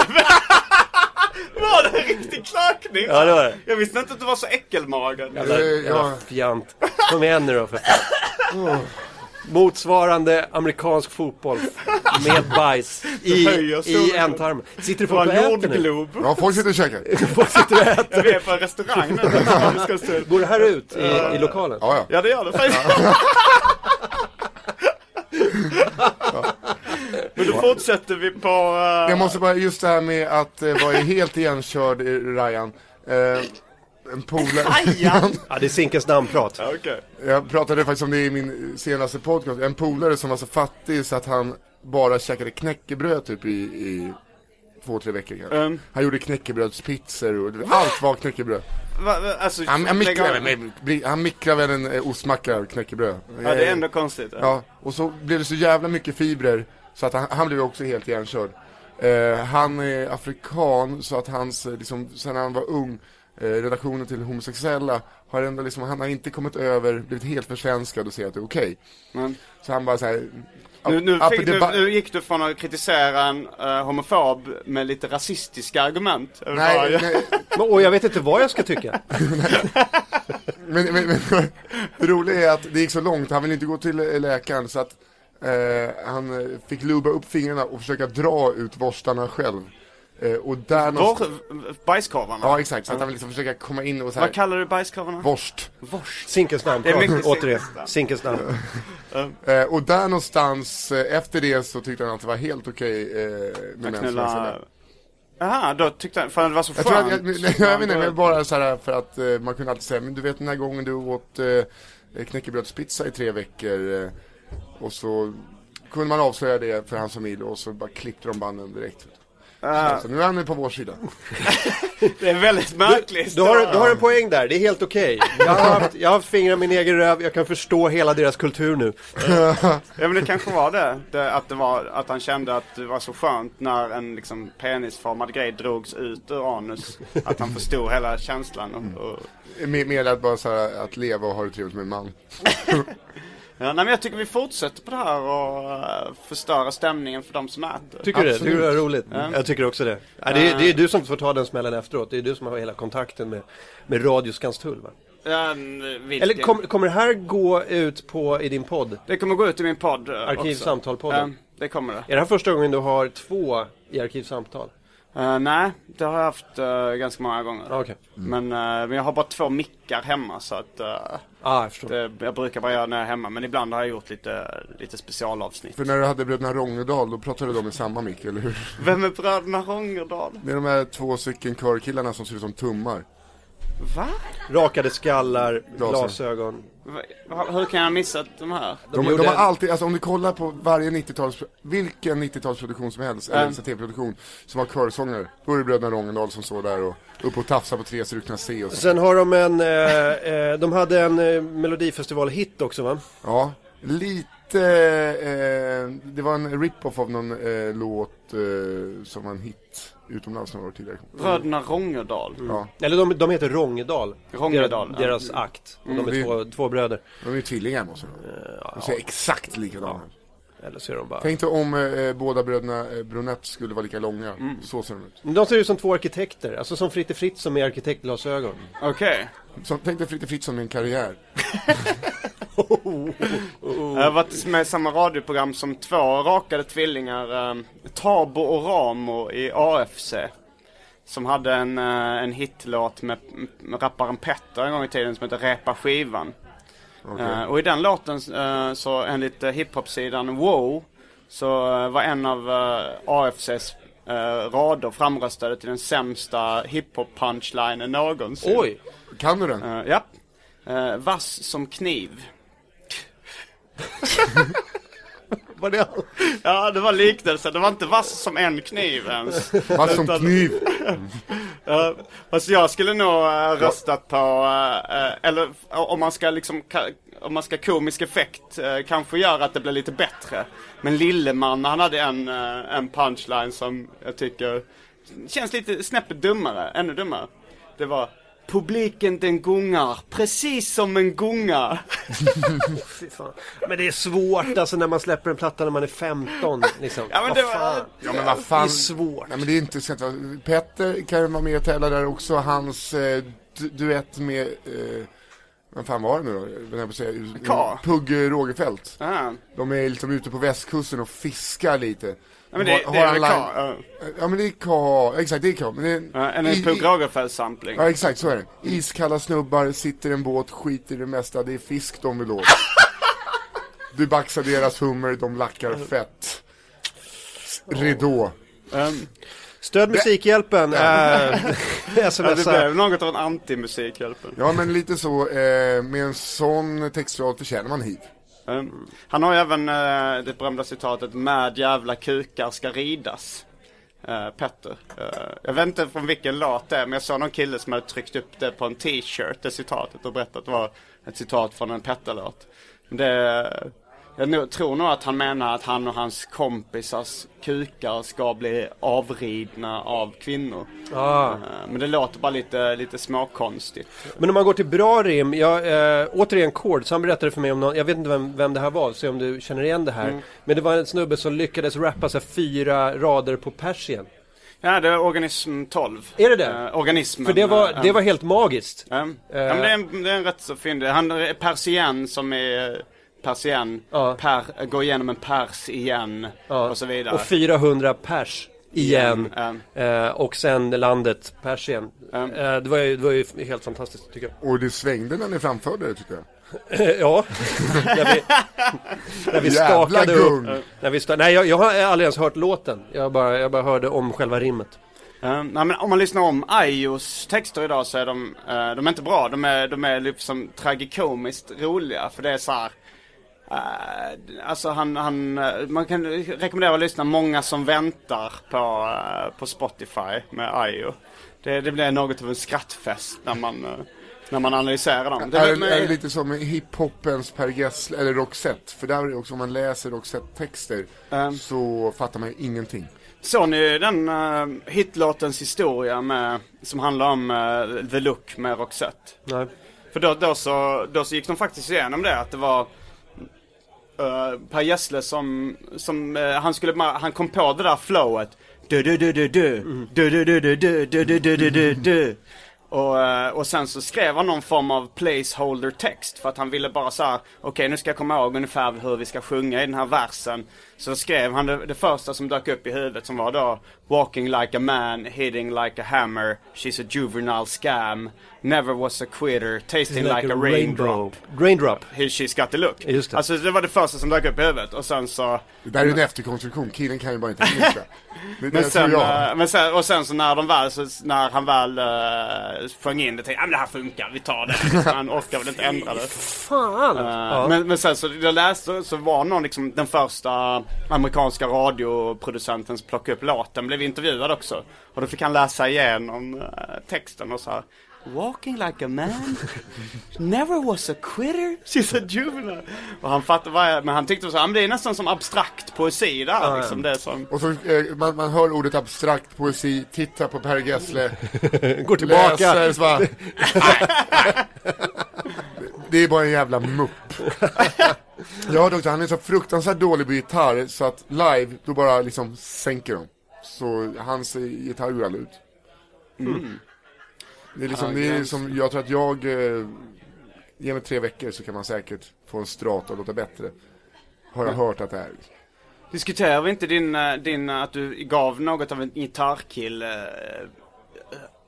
S1: Var det en riktig klökning?
S2: Ja, det var det.
S1: Jag visste inte att du var så äckelmagad.
S2: Jävla,
S3: Eh,
S2: jävla
S3: ja.
S2: fjant. Kom igen nu då för fan. Motsvarande amerikansk fotboll med bajs i,
S1: höjer
S2: i
S1: solen.
S2: ändtarmen. Sitter du
S1: Det var
S2: folk och
S1: en
S2: äter nu?
S1: jordglob.
S3: Ja, folk sitter och käkar.
S2: Folk sitter och äter.
S1: Jag är på en restaurang nu. Vi ska se.
S2: Går det här ut i, i lokalen?
S3: Ja, ja.
S1: Ja, det gör det faktiskt. <laughs> Men då fortsätter vi på... eh,
S3: Jag måste bara, just det här med att eh, vara helt igenkörd, eh, Ryan. Eh, en polare,
S1: Ajan!
S2: Ja, det är Zinkens namnprat.
S1: Ja, Okej.
S3: jag pratade faktiskt om det i min senaste podcast, en polare som var så fattig så att han bara käkade knäckebröd typ i, i två, tre veckor kanske.
S1: Ehm.
S3: Han gjorde knäckebrödspizzor och allt var knäckebröd.
S1: Va- va- Alltså,
S3: Han, han,
S1: lägg
S3: mikrar,
S1: av.
S3: han mikrar väl en eh, ostmacka av knäckebröd.
S1: Ja, det är ändå konstigt.
S3: Ja, och så blev det så jävla mycket fibrer så att han, han blev också helt igenkörd. Eh, han är afrikan så att hans, eh, liksom, sen han var ung, eh, relationen till homosexuella har ändå liksom, han har inte kommit över, blivit helt försvenskad och ser att det är okej.
S1: Men-
S3: Så han bara såhär,
S1: Nu, nu, fick, nu, nu gick du från att kritisera en eh, homofob med lite rasistiska argument. Jag vill bara-
S3: Nej, nej,
S2: Men, och jag vet inte vad jag ska tycka.
S3: men, men, men det roliga är att det gick så långt, han ville inte gå till eh, läkaren så att eh, han eh, fick luba upp fingrarna och försöka dra ut borstarna själv. Eh, och där någonstans-
S1: Bor, bajskorvarna?
S3: Ja exakt, så att han vill liksom försöka komma in och så här,
S1: Vad kallar du bajskorvarna?
S3: borst.
S2: Zinkens
S1: Det är
S2: namnprat.
S1: mycket
S2: Återigen,
S1: Zinkens namn.
S2: Zinkens namn.
S3: Eh, och där någonstans, eh, efter det så tyckte han att det var helt okej eh, med
S1: Jag
S3: mensvärk.
S1: knullar... Jaha, då tyckte han, fan det var så
S3: Jag
S1: skönt.
S3: tror att, jag, nej, jag vet inte, men bara så här för att eh, man kunde alltid säga, men du vet den här gången du åt eh, knäckebrödspizza i tre veckor eh, och så kunde man avslöja det för hans familj och så bara klippte de banden direkt.
S1: Ah.
S3: Så nu är han på vår sida.
S1: Det är väldigt märkligt.
S2: Du har, du har en poäng där, det är helt okej. Jag har haft, jag har haft fingrar i min egen röv, jag kan förstå hela deras kultur nu.
S1: Ja men det kanske var det. det, att det var, att han kände att det var så skönt när en liksom penisformad grej drogs ut ur anus. Att han förstod hela känslan. Och, och...
S3: Med, med att bara så här, att leva och ha det trevligt med en man.
S1: Ja, nej men jag tycker vi fortsätter på det här och eh, förstöra stämningen för de som äter.
S2: Tycker du det? Tycker
S3: Absolut.
S2: du det är roligt? Jag tycker också det. Ja, det, är, det är du som får ta den smällen efteråt, det är du som har hela kontakten med, med Radio Skanstull va?
S1: Ja, vilken-
S2: Eller kom, kommer det här gå ut på, i din podd?
S1: Det kommer gå ut i min podd eh, också.
S2: Arkivsamtalpodden.
S1: Eh, Det kommer det.
S2: Är det här första gången du har två i Arkivsamtal?
S1: Eh, nej, det har jag haft eh, ganska många gånger.
S2: Ja, okej.
S1: Men, eh, men jag har bara två mickar hemma så att eh,
S2: Ah, jag förstår.
S1: det, jag brukar bara göra när jag är hemma. Men ibland har jag gjort lite, lite specialavsnitt.
S3: För när du hade bröderna Rångedal, då pratade de i samma mick, eller hur?
S1: Vem är bröderna Rongerdal?
S3: Det är de här två stycken körkillarna som ser ut som tummar.
S1: Va?
S2: Rakade skallar,
S3: Glasögon.
S2: glasögon.
S1: Va? Hur kan jag ha missat de här?
S3: De, de,
S2: gjorde-
S3: har alltid, alltså om du kollar på varje 90-tals, vilken 90-talsproduktion som helst, eller mm. tv-produktion, som har körsångare, då är det bröderna Rångedal som står där och upp och tafsar på tre så du kan se och så.
S2: Sen har de en, eh, eh, de hade en eh, melodifestival-hit också va?
S3: Ja, lite, eh, det var en rip-off av någon eh, låt eh, som var en hit utomlands några år tidigare.
S1: Bröderna Rångedal.
S3: Ja,
S2: Eller de, de heter Rångedal. Mm.
S1: Rångedal,
S2: Deras,
S1: ja.
S2: deras akt. Och de är
S3: det-
S2: två, två bröder. Eh,
S3: de är ju tvillingar måste de vara. De ser exakt likadana ut.
S2: Eller så är de bara...
S3: Tänk dig om eh, båda bröderna eh, Brunett skulle vara lika långa,
S2: Mm.
S3: så ser de ut.
S2: De ser ut som två arkitekter. Alltså som Fritte Fritzson med arkitektglasögon.
S1: Okej.
S3: Så, tänk dig Fritte Fritzson med en karriär.
S1: Jag har varit med i samma radioprogram som två rakade tvillingar, eh, Tabo och Ramo i AFC. Som hade en, eh, en hitlåt med, med rapparen Petter en gång i tiden som heter Repa skivan. Eh, och i den låten, uh, så enligt uh, hiphop-sidan Wow, så eh, var en av eh, AFCs eh, rader framröstade till den sämsta hiphop-punchlinen någonsin.
S2: Oj!
S3: Kan du den?
S1: Eh, ja. Eh, vass som kniv.
S2: Var det all...
S1: Ja, det var liknelse. Det var inte vass som en kniv ens.
S3: Vad som kniv!
S1: Uh, alltså jag skulle nog eh, röstat på, eh, eh, eller f- om man ska liksom, ka- om man ska komisk effekt, eh, kanske göra att det blir lite bättre. Men Lilleman, han hade en, eh, en punchline som jag tycker känns lite snäppet dummare, ännu dummare. Det var Publiken den gungar, precis som en
S3: <laughs>
S1: gunga.
S2: Fy fan. Men det är svårt alltså när man släpper en platta när man är 15 liksom.
S1: <laughs> Ja, men
S2: Vad
S1: det var-
S2: fan.
S3: Ja men vad fan.
S2: Det är svårt.
S3: Nej men det är inte så att- Petter kan ju vara med och tävla där också. Hans eh, du- duett med, eh, vad fan var det nu då? Jag höll på att säga,
S1: Ka.
S3: Pugh Rogefeldt.
S1: Ah.
S3: De är liksom ute på västkusten och fiskar lite.
S1: Ja, men det, det är väl K.
S3: Ja men det är Ka, exakt det är Ka. Men det
S1: Ja, en
S3: i- i-
S1: Pugh-Rogefeldt-sampling.
S3: Ja exakt så är det. Iskalla snubbar, sitter i en båt, skiter i det mesta, det är fisk de vill åt. Du baxar deras hummer, de lackar fett. Ridå. <laughs>
S1: Ehm,
S2: Stöd Musikhjälpen! Äh,
S1: ja, alltså, det
S2: smsa.
S1: blev något av en anti-musikhjälpen.
S3: Ja men lite så, eh, med en sån textrad förtjänar man hiv.
S1: Ehm, han har ju även eh, det berömda citatet Med jävla kukar ska ridas. Eh, Petter. Eh, jag vet inte från vilken låt det är, men jag såg någon kille som hade tryckt upp det på en t-shirt, det citatet, och berättat att det var ett citat från en Petter-låt. Men Det, jag nog- tror nog att han menar att han och hans kompisars kukar ska bli avridna av kvinnor.
S2: Ah.
S1: Eh, men det låter bara lite, lite småkonstigt.
S2: Men om man går till bra rim, jag, eh, återigen Kord, så han berättade för mig om någon, jag vet inte vem, vem det här var, se om du känner igen det här.
S1: Mm.
S2: Men det var en snubbe som lyckades rappa så här, fyra rader på persien.
S1: Ja, det är organism 12.
S2: Är det det?
S1: Eh, organismen.
S2: För det var,
S1: eh,
S2: det var helt magiskt. Eh,
S1: Ja, ja men det är, en, det är en rätt så fyndig. Han är persien som är eh, persien.
S2: Ja.
S1: Per, går igenom en pers igen. Och så vidare.
S2: Och 400 pers igen.
S1: Igen,
S2: Eh, och sen landet Persien. Eh, det, var ju, det var ju helt fantastiskt tycker jag. <laughs>
S3: Och det svängde när ni framförde det tycker jag.
S2: Eh, ja. när vi, när vi
S3: Jävla
S2: skakade upp.
S1: Eh,
S3: gung.
S2: När vi sta- Nej, jag, jag har aldrig ens hört låten. Jag bara, jag bara hörde om själva rimmet.
S1: Eh, nej, men om man lyssnar om Ayos texter idag så är de, eh, de är inte bra. De är, de är liksom tragikomiskt roliga. För det är så här. eh, alltså han, han, eh, man kan rekommendera att lyssna Många som väntar på, eh, på Spotify med Ayo. Det, det blir något av en skrattfest när man, eh, när man analyserar dem. Det-
S3: är,
S1: men-
S3: det, är det lite som hiphopens Per Gessle, eller Roxette? För där är det också, om man läser Roxette-texter
S1: Ehm.
S3: så fattar man ju ingenting.
S1: Såg ni den uh, hitlåtens historia med, som handlar om eh, The Look med Roxette?
S2: Nej.
S1: För då, då, så, då så gick de faktiskt igenom det att det var eh, Per Gessle som, som eh, han skulle, ma- han kom på det där flowet. Du, du, du, du, du. Du, du, du, du, du, du, du, du, du, du, du. Och, eh, och sen så skrev han någon form av placeholder text för att han ville bara så här: okej nu ska jag komma ihåg ungefär hur vi ska sjunga i den här versen. Så skrev han det, det första som dök upp i huvudet som var då Walking like a man, hitting like a hammer, she's a juvenile scam, never was a quitter, tasting like, a raindrop.
S2: Raindrop.
S1: Hur She's got the look.
S2: Just det.
S1: Alltså det var det första som dök upp i huvudet och sen så...
S3: Det där är ju en efterkonstruktion, killen kan ju
S1: <laughs>
S3: bara inte engelska. Det, det
S1: Men
S3: tror
S1: sen,
S3: jag.
S1: eh, men sen, och sen så när de väl, så, när han väl eh, eh, sjöng in det. Tänkte, ah, men det här funkar, vi tar det.
S2: <laughs>
S1: Han orkar väl inte ändra det.
S2: Fan!
S1: Eh,
S2: Ja.
S1: men, men sen så, jag läste, så var någon liksom den första amerikanska radioproducenten som plockade upp låten, blev intervjuad också. Och då fick han läsa igenom eh, texten och så här. Walking like a man, never was a quitter, <laughs> she's a juvenile. Och han fattade vad jag, men han tyckte så här, men det är nästan som abstrakt poesi där liksom. Det är som,
S3: Och så, eh, man, man hör ordet abstrakt poesi, tittar på Per Gessle,
S2: Går tillbaka.
S3: läser, så bara, nej, nej. Det är bara en jävla mupp. Jag hörde också, han är så fruktansvärt dålig på gitarr, så att live, då bara liksom sänker de. Så hans eh, gitarr går aldrig ut. Mm. Det är liksom, det är som, jag tror att jag, eh, genom tre veckor så kan man säkert få en strata och låta bättre. Har jag hört att det är.
S1: Diskuterar vi inte din, eh, din, eh, att du gav något av en gitarrkille eh,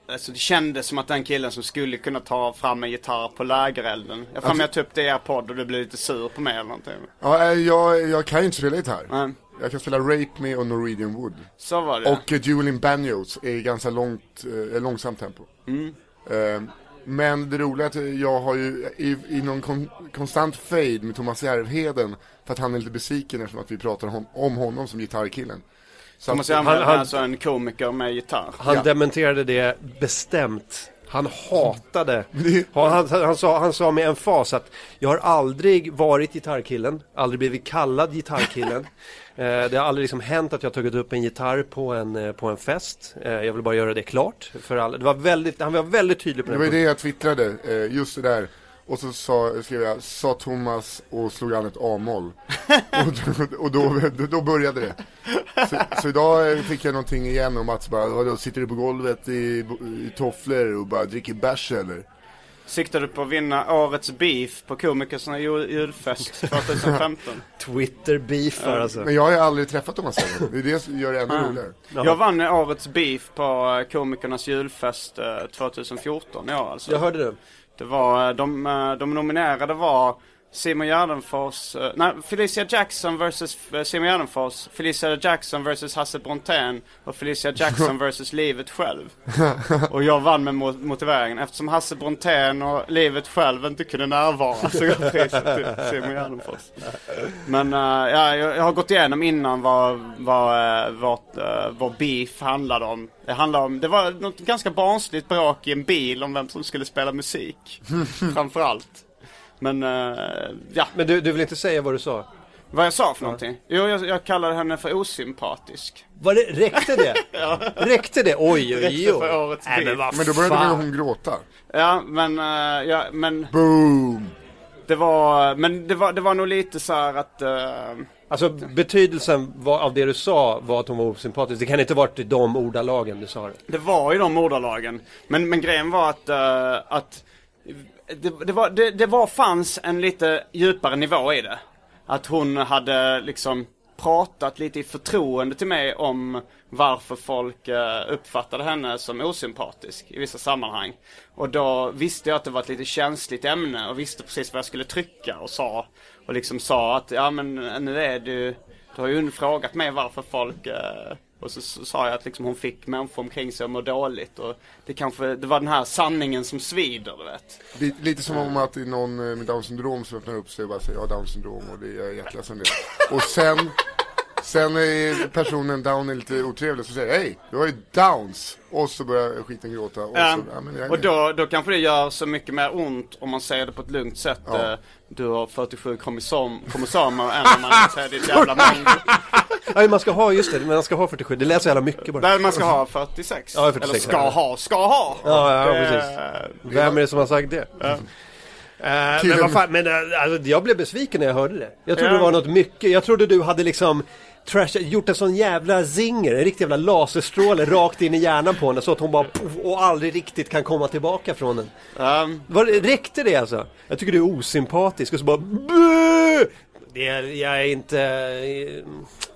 S1: Alltså det kändes som att den killen som skulle kunna ta fram en gitarr på lägerelden. Jag har alltså... jag tog upp det i er podd och du blev lite sur på mig eller någonting.
S3: Ja, eh, jag, jag kan ju inte spela gitarr.
S1: Nej.
S3: Jag kan spela Rape Me och Norwegian Wood.
S1: Så var det.
S3: Och eh, Dueling Banjos är i ganska långt, eh, långsamt tempo.
S1: Mm.
S3: Eh, men det roliga är att jag har ju i, i någon kon, konstant fade med Thomas Järvheden för att han är lite besviken eftersom att vi pratar hon, om honom som gitarrkillen. Så
S1: Thomas
S3: att,
S1: Järnberg
S2: han- han-
S1: är alltså en komiker med gitarr.
S2: Han
S3: Ja.
S2: dementerade det bestämt. Han hatade. Han, han, han, sa, han sa med emfas att jag har aldrig varit gitarrkillen, aldrig blivit kallad
S3: <laughs>
S2: gitarrkillen. Eh, Det har aldrig liksom hänt att jag tagit upp en gitarr på en, eh, på en fest. Eh, Jag vill bara göra det klart för alla. Det var väldigt, han var väldigt tydlig på
S3: det
S2: den
S3: var ju det
S2: punkten.
S3: jag twittrade, eh, just det där. Och så sa, skrev jag, sa Thomas och slog an ett A-moll. och då, och då, då, då började det. Så, så idag eh, fick jag någonting igen om att bara, vadå, sitter du på golvet i, i tofflor och bara dricker bärs eller?
S1: Siktar du på att vinna årets beef på komikernas jul- julfest 2015?
S2: Twitter beefar alltså.
S3: Men jag har ju aldrig träffat Thomas Järvheden, det är det som gör det ännu roligare.
S1: Jag vann årets beef på eh, komikernas julfest eh, 2014 i år alltså.
S2: Jag hörde det.
S1: Det var, eh, de, eh, de nominerade var Simon Gärdenfors, eh, nej Felicia Jackson vs eh, Simon Gärdenfors, Felicia Jackson vs Hasse Brontén och Felicia Jackson vs Livet Själv. Och jag vann med mo- motiveringen eftersom Hasse Brontén och Livet Själv inte kunde närvara så gav priset till Simon Gärdenfors. Men eh, ja, jag, jag har gått igenom innan vad, vad, eh, vårt, eh, vad beef handlade om. Det handlade om, det var något ganska barnsligt bråk i en bil om vem som skulle spela musik. framförallt. Men eh, ja,
S2: Men du, du vill inte säga vad du sa?
S1: vad jag sa för någonting. Jo, jag, jag kallade henne för osympatisk.
S2: Var det, räckte
S3: <laughs>
S2: det? Räckte det? Oj, oj,
S1: Räckte
S2: oj.
S1: för årets
S2: Nej,
S1: beef.
S2: men vad
S3: Men då började väl
S2: fan.
S3: hon gråta?
S1: Ja, men, eh, ja, men
S3: Boom!
S1: det var, men det var, det var nog lite så här att eh,
S2: Alltså betydelsen var, av det du sa var att hon var osympatisk. Det kan inte varit i de ordalagen du sa det.
S1: Det var ju de ordalagen. Men, men grejen var att, eh, att det, det, var, det, det var, fanns en lite djupare nivå i det. Att hon hade liksom pratat lite i förtroende till mig om varför folk eh, uppfattade henne som osympatisk i vissa sammanhang. Och då visste jag att det var ett lite känsligt ämne och visste precis vad jag skulle trycka och sa. Och liksom sa att, ja men nu är du, du har ju frågat mig varför folk eh, och så, så sa jag att liksom hon fick människor omkring sig att må dåligt och det kanske, det var den här sanningen som svider du vet.
S3: Lite, lite som om att det är någon eh, med Downs syndrom som öppnar upp sig och bara säger jag har Downs syndrom och det är jag är jätteledsen för det. Och sen, sen är personen down är lite otrevlig så säger jag, hej, du har ju Downs! Och så börjar skiten gråta och
S1: Ja.
S3: så, ja, men jag,
S1: och då, då kanske det gör så mycket mer ont om man säger det på ett lugnt sätt.
S3: Ja.
S1: eh, Du har 47 kromosom, kromosomer än om man säger ditt jävla mango.
S2: Ja, man ska ha, just det, man ska ha 47. Det lät så jävla mycket bara.
S1: Nej man ska ha 46.
S2: Ja, 46,
S1: Eller ska
S2: ja.
S1: ha, ska ha!
S2: Ja, ja,
S1: Det-
S2: precis. Vem är det som har sagt det? Eh, men
S3: Killen-
S2: vad fan, men eh, alltså, jag blev besviken när jag hörde det. Jag trodde
S1: Ja.
S2: det var något mycket, jag trodde du hade liksom trash, gjort en sån jävla zinger, en riktig jävla laserstråle rakt in i hjärnan på henne så att hon bara poff, och aldrig riktigt kan komma tillbaka från den.
S1: Ehm,
S2: Var, räckte det alltså? Jag tycker du är osympatisk och så bara "Bäh!" det är, Jag är inte...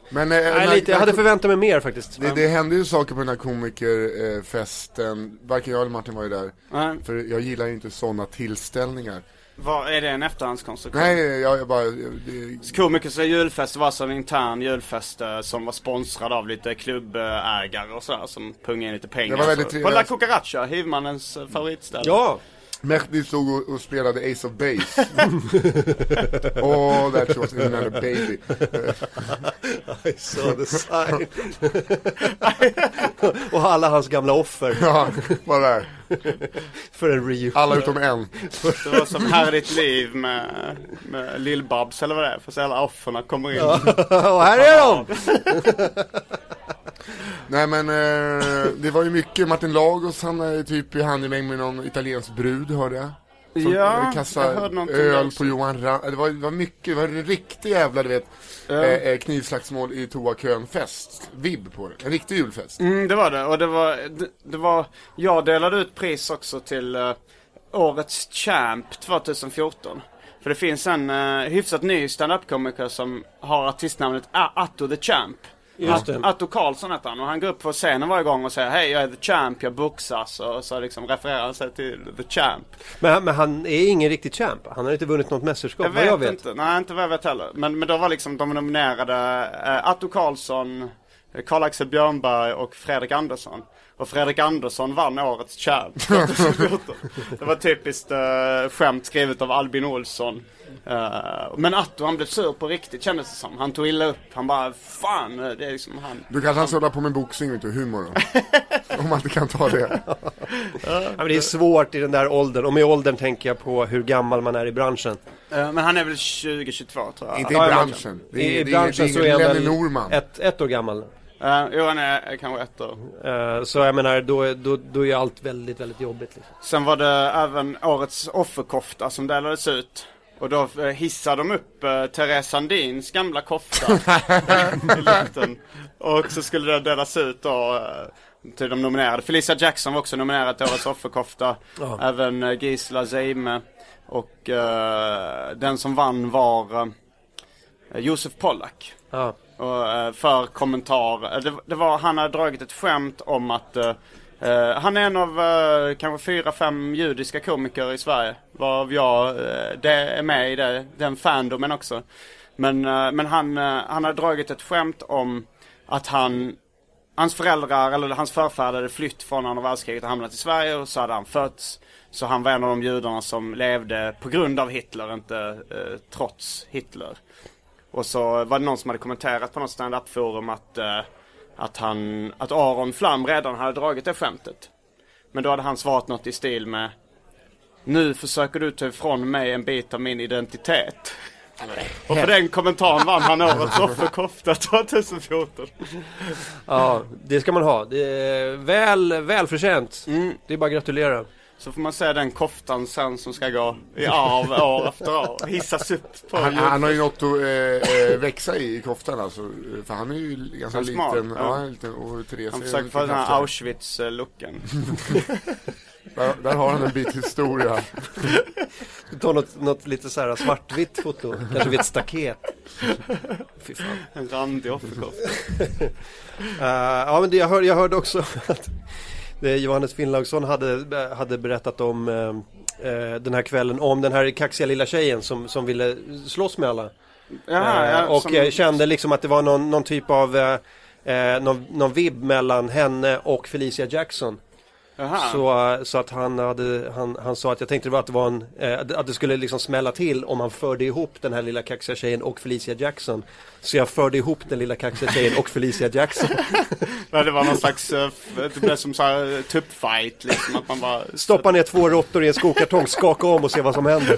S3: men, eh, när-
S2: Nej, lite, jag
S3: när-
S2: hade förväntat mig mer faktiskt.
S3: det, det hände ju saker på den här komikerfesten, varken jag eller Martin var ju där.
S1: Nej.
S3: För jag gillar ju inte sådana tillställningar.
S1: Vad, är det en efterhandskonstruktion?
S3: Nej, jag, jag bara... jag- Det,
S1: Komikers julfest var alltså en intern julfest eh, som var sponsrad av lite klubbägare och sådär som pungade in lite pengar.
S3: Det var väldigt
S1: Så-
S3: trevligt.
S1: På La Cucaracha, hivmannens eh, favoritställe.
S2: Ja!
S3: Mehdi stod och, och spelade Ace of Base. oh, that was another baby.
S2: I saw the sign. <laughs> och alla hans gamla offer
S3: Ja, var där.
S2: för en
S1: <laughs>
S2: reunion.
S3: Alla utom en.
S1: Det var som Här är ditt liv med, med Lill-Babs eller vad det är. Fast alla offerna kommer in.
S2: och här är de!
S3: Nej men eh, det var ju mycket, Martin Lagos han är typ i handgemäng med någon italiensk brud hörde jag. Som,
S1: Ja,
S3: eh,
S1: jag hörde någonting där
S3: öl
S1: också.
S3: på Johan Ra- det var, det var mycket, det var en riktig jävla du vet eh, eh, knivslagsmål i toakön fest, vibb på det, en riktig julfest.
S1: Mm, det var det. Och det var, det, det var, jag delade ut pris också till eh, Årets Champ 2014. För det finns en eh, hyfsat ny standup-komiker som har artistnamnet A- Atto the Champ.
S2: Just
S1: Att-
S2: det.
S1: Atto Karlsson heter han och han går upp på scenen varje gång och säger Hej jag är the champ, jag boxas och så liksom refererar han sig till the champ.
S2: Men, han- men han är ingen riktig champ. Han har inte vunnit något mästerskap,
S1: Jag
S2: vad
S1: vet,
S2: jag vet.
S1: inte, nej inte vad jag vet heller. Men, men då var liksom de nominerade eh, Atto Karlsson, eh, Karl-Axel Björnberg och Fredrik Andersson. Och Fredrik Andersson vann årets
S2: <laughs>
S1: champ 2014. Det var typiskt eh, skämt skrivet av Albin Olsson. Eh, men Atto han blev sur på riktigt kändes det som. Han tog illa upp. Han bara fan, eh, det är liksom han.
S3: Då kanske han ska hålla på med boxning vet du, humor då. Om man inte kan ta det.
S2: Ja, men det är svårt i den där åldern. Och med åldern tänker jag på hur gammal man är i branschen.
S1: Eh, men han är väl 20-22 tror jag.
S3: Inte i
S2: Ja, ja, men-
S3: branschen. Det
S2: I,
S3: är,
S2: i
S3: det är, det
S2: branschen
S3: är
S2: så är
S3: ingen
S2: han
S3: Lenny
S2: väl
S3: Norman.
S2: ett, ett år gammal.
S1: Eh, Jo han är eh, kanske ett år.
S2: Eh, så jag menar, då, är- då, då är allt väldigt, väldigt jobbigt. Liksom.
S1: Sen var det även årets offerkofta som delades ut. Och då eh, hissade de upp eh, Therese Sandins gamla kofta i luften. Och så skulle den delas ut då eh, till de nominerade. Felicia Jackson var också nominerad till årets offerkofta. Även eh, Gisela Zeime. Och eh, den som vann var eh, Josef Pollack.
S2: Ja.
S1: Och, eh, för kommentar. Eh, Det, det var, han hade dragit ett skämt om att eh, eh, han är en av eh, kanske fyra, fem judiska komiker i Sverige. Varav jag eh, det är med i det, den fandomen också. Men, eh, men han, eh, han hade dragit ett skämt om att han Hans föräldrar, eller hans förfäder hade flytt från andra världskriget och hamnat i Sverige och så hade han fötts. Så han var en av de judarna som levde på grund av Hitler, inte eh, trots Hitler. Och så var det någon som hade kommenterat på något stand-up forum att, eh, att, han, att Aron Flam redan hade dragit det skämtet. Men då hade han svarat något i stil med Nu försöker du ta ifrån mig en bit av min identitet. Och för den kommentaren vann han årets offerkofta <laughs> 2014.
S2: ja, det ska man ha. Det är väl, välförtjänt.
S1: Mm.
S2: Det är bara att gratulera.
S1: Så får man se den koftan sen som ska gå i arv år efter år. Hissas upp på
S3: Han,
S1: jul-
S3: han har ju något att eh, eh, växa i, i koftan alltså, eh, för han är ju ganska
S1: Han är smart,
S3: liten,
S1: ja.
S3: ja. han är liten och Therese
S1: Han
S3: är
S1: försöker
S3: lite
S1: få den här
S3: kraftigare.
S1: Auschwitz-looken.
S3: där, där har han en bit historia.
S2: Ta något, något lite så här svartvitt foto, kanske vid ett staket. Fy fan.
S1: En randig offerkofta.
S2: Eh, ja, men det, jag, hör, jag hörde också att det, Johannes Finnlaugsson hade, hade berättat om eh, eh, den här kvällen, om den här kaxiga lilla tjejen som, som ville slåss med alla.
S1: Jaha,
S2: Eh,
S1: Ah, ja,
S2: och
S1: som-
S2: eh, kände liksom att det var någon, någon typ av eh, Eh, någon, någon vibb mellan henne och Felicia Jackson.
S1: Jaha.
S2: Så, eh, så att han, hade, han, han sa att jag tänkte det var att det var en, eh, att- att det skulle liksom smälla till om han förde ihop den här lilla kaxiga tjejen och Felicia Jackson. Så jag förde ihop den lilla kaxiga tjejen och Felicia
S1: <laughs>
S2: Jackson.
S1: Nej, det var någon slags, eh, f- det blev som så här eh, tuppfight liksom att man bara
S2: Stoppa ner två råttor i en skokartong, skaka om och se vad som händer.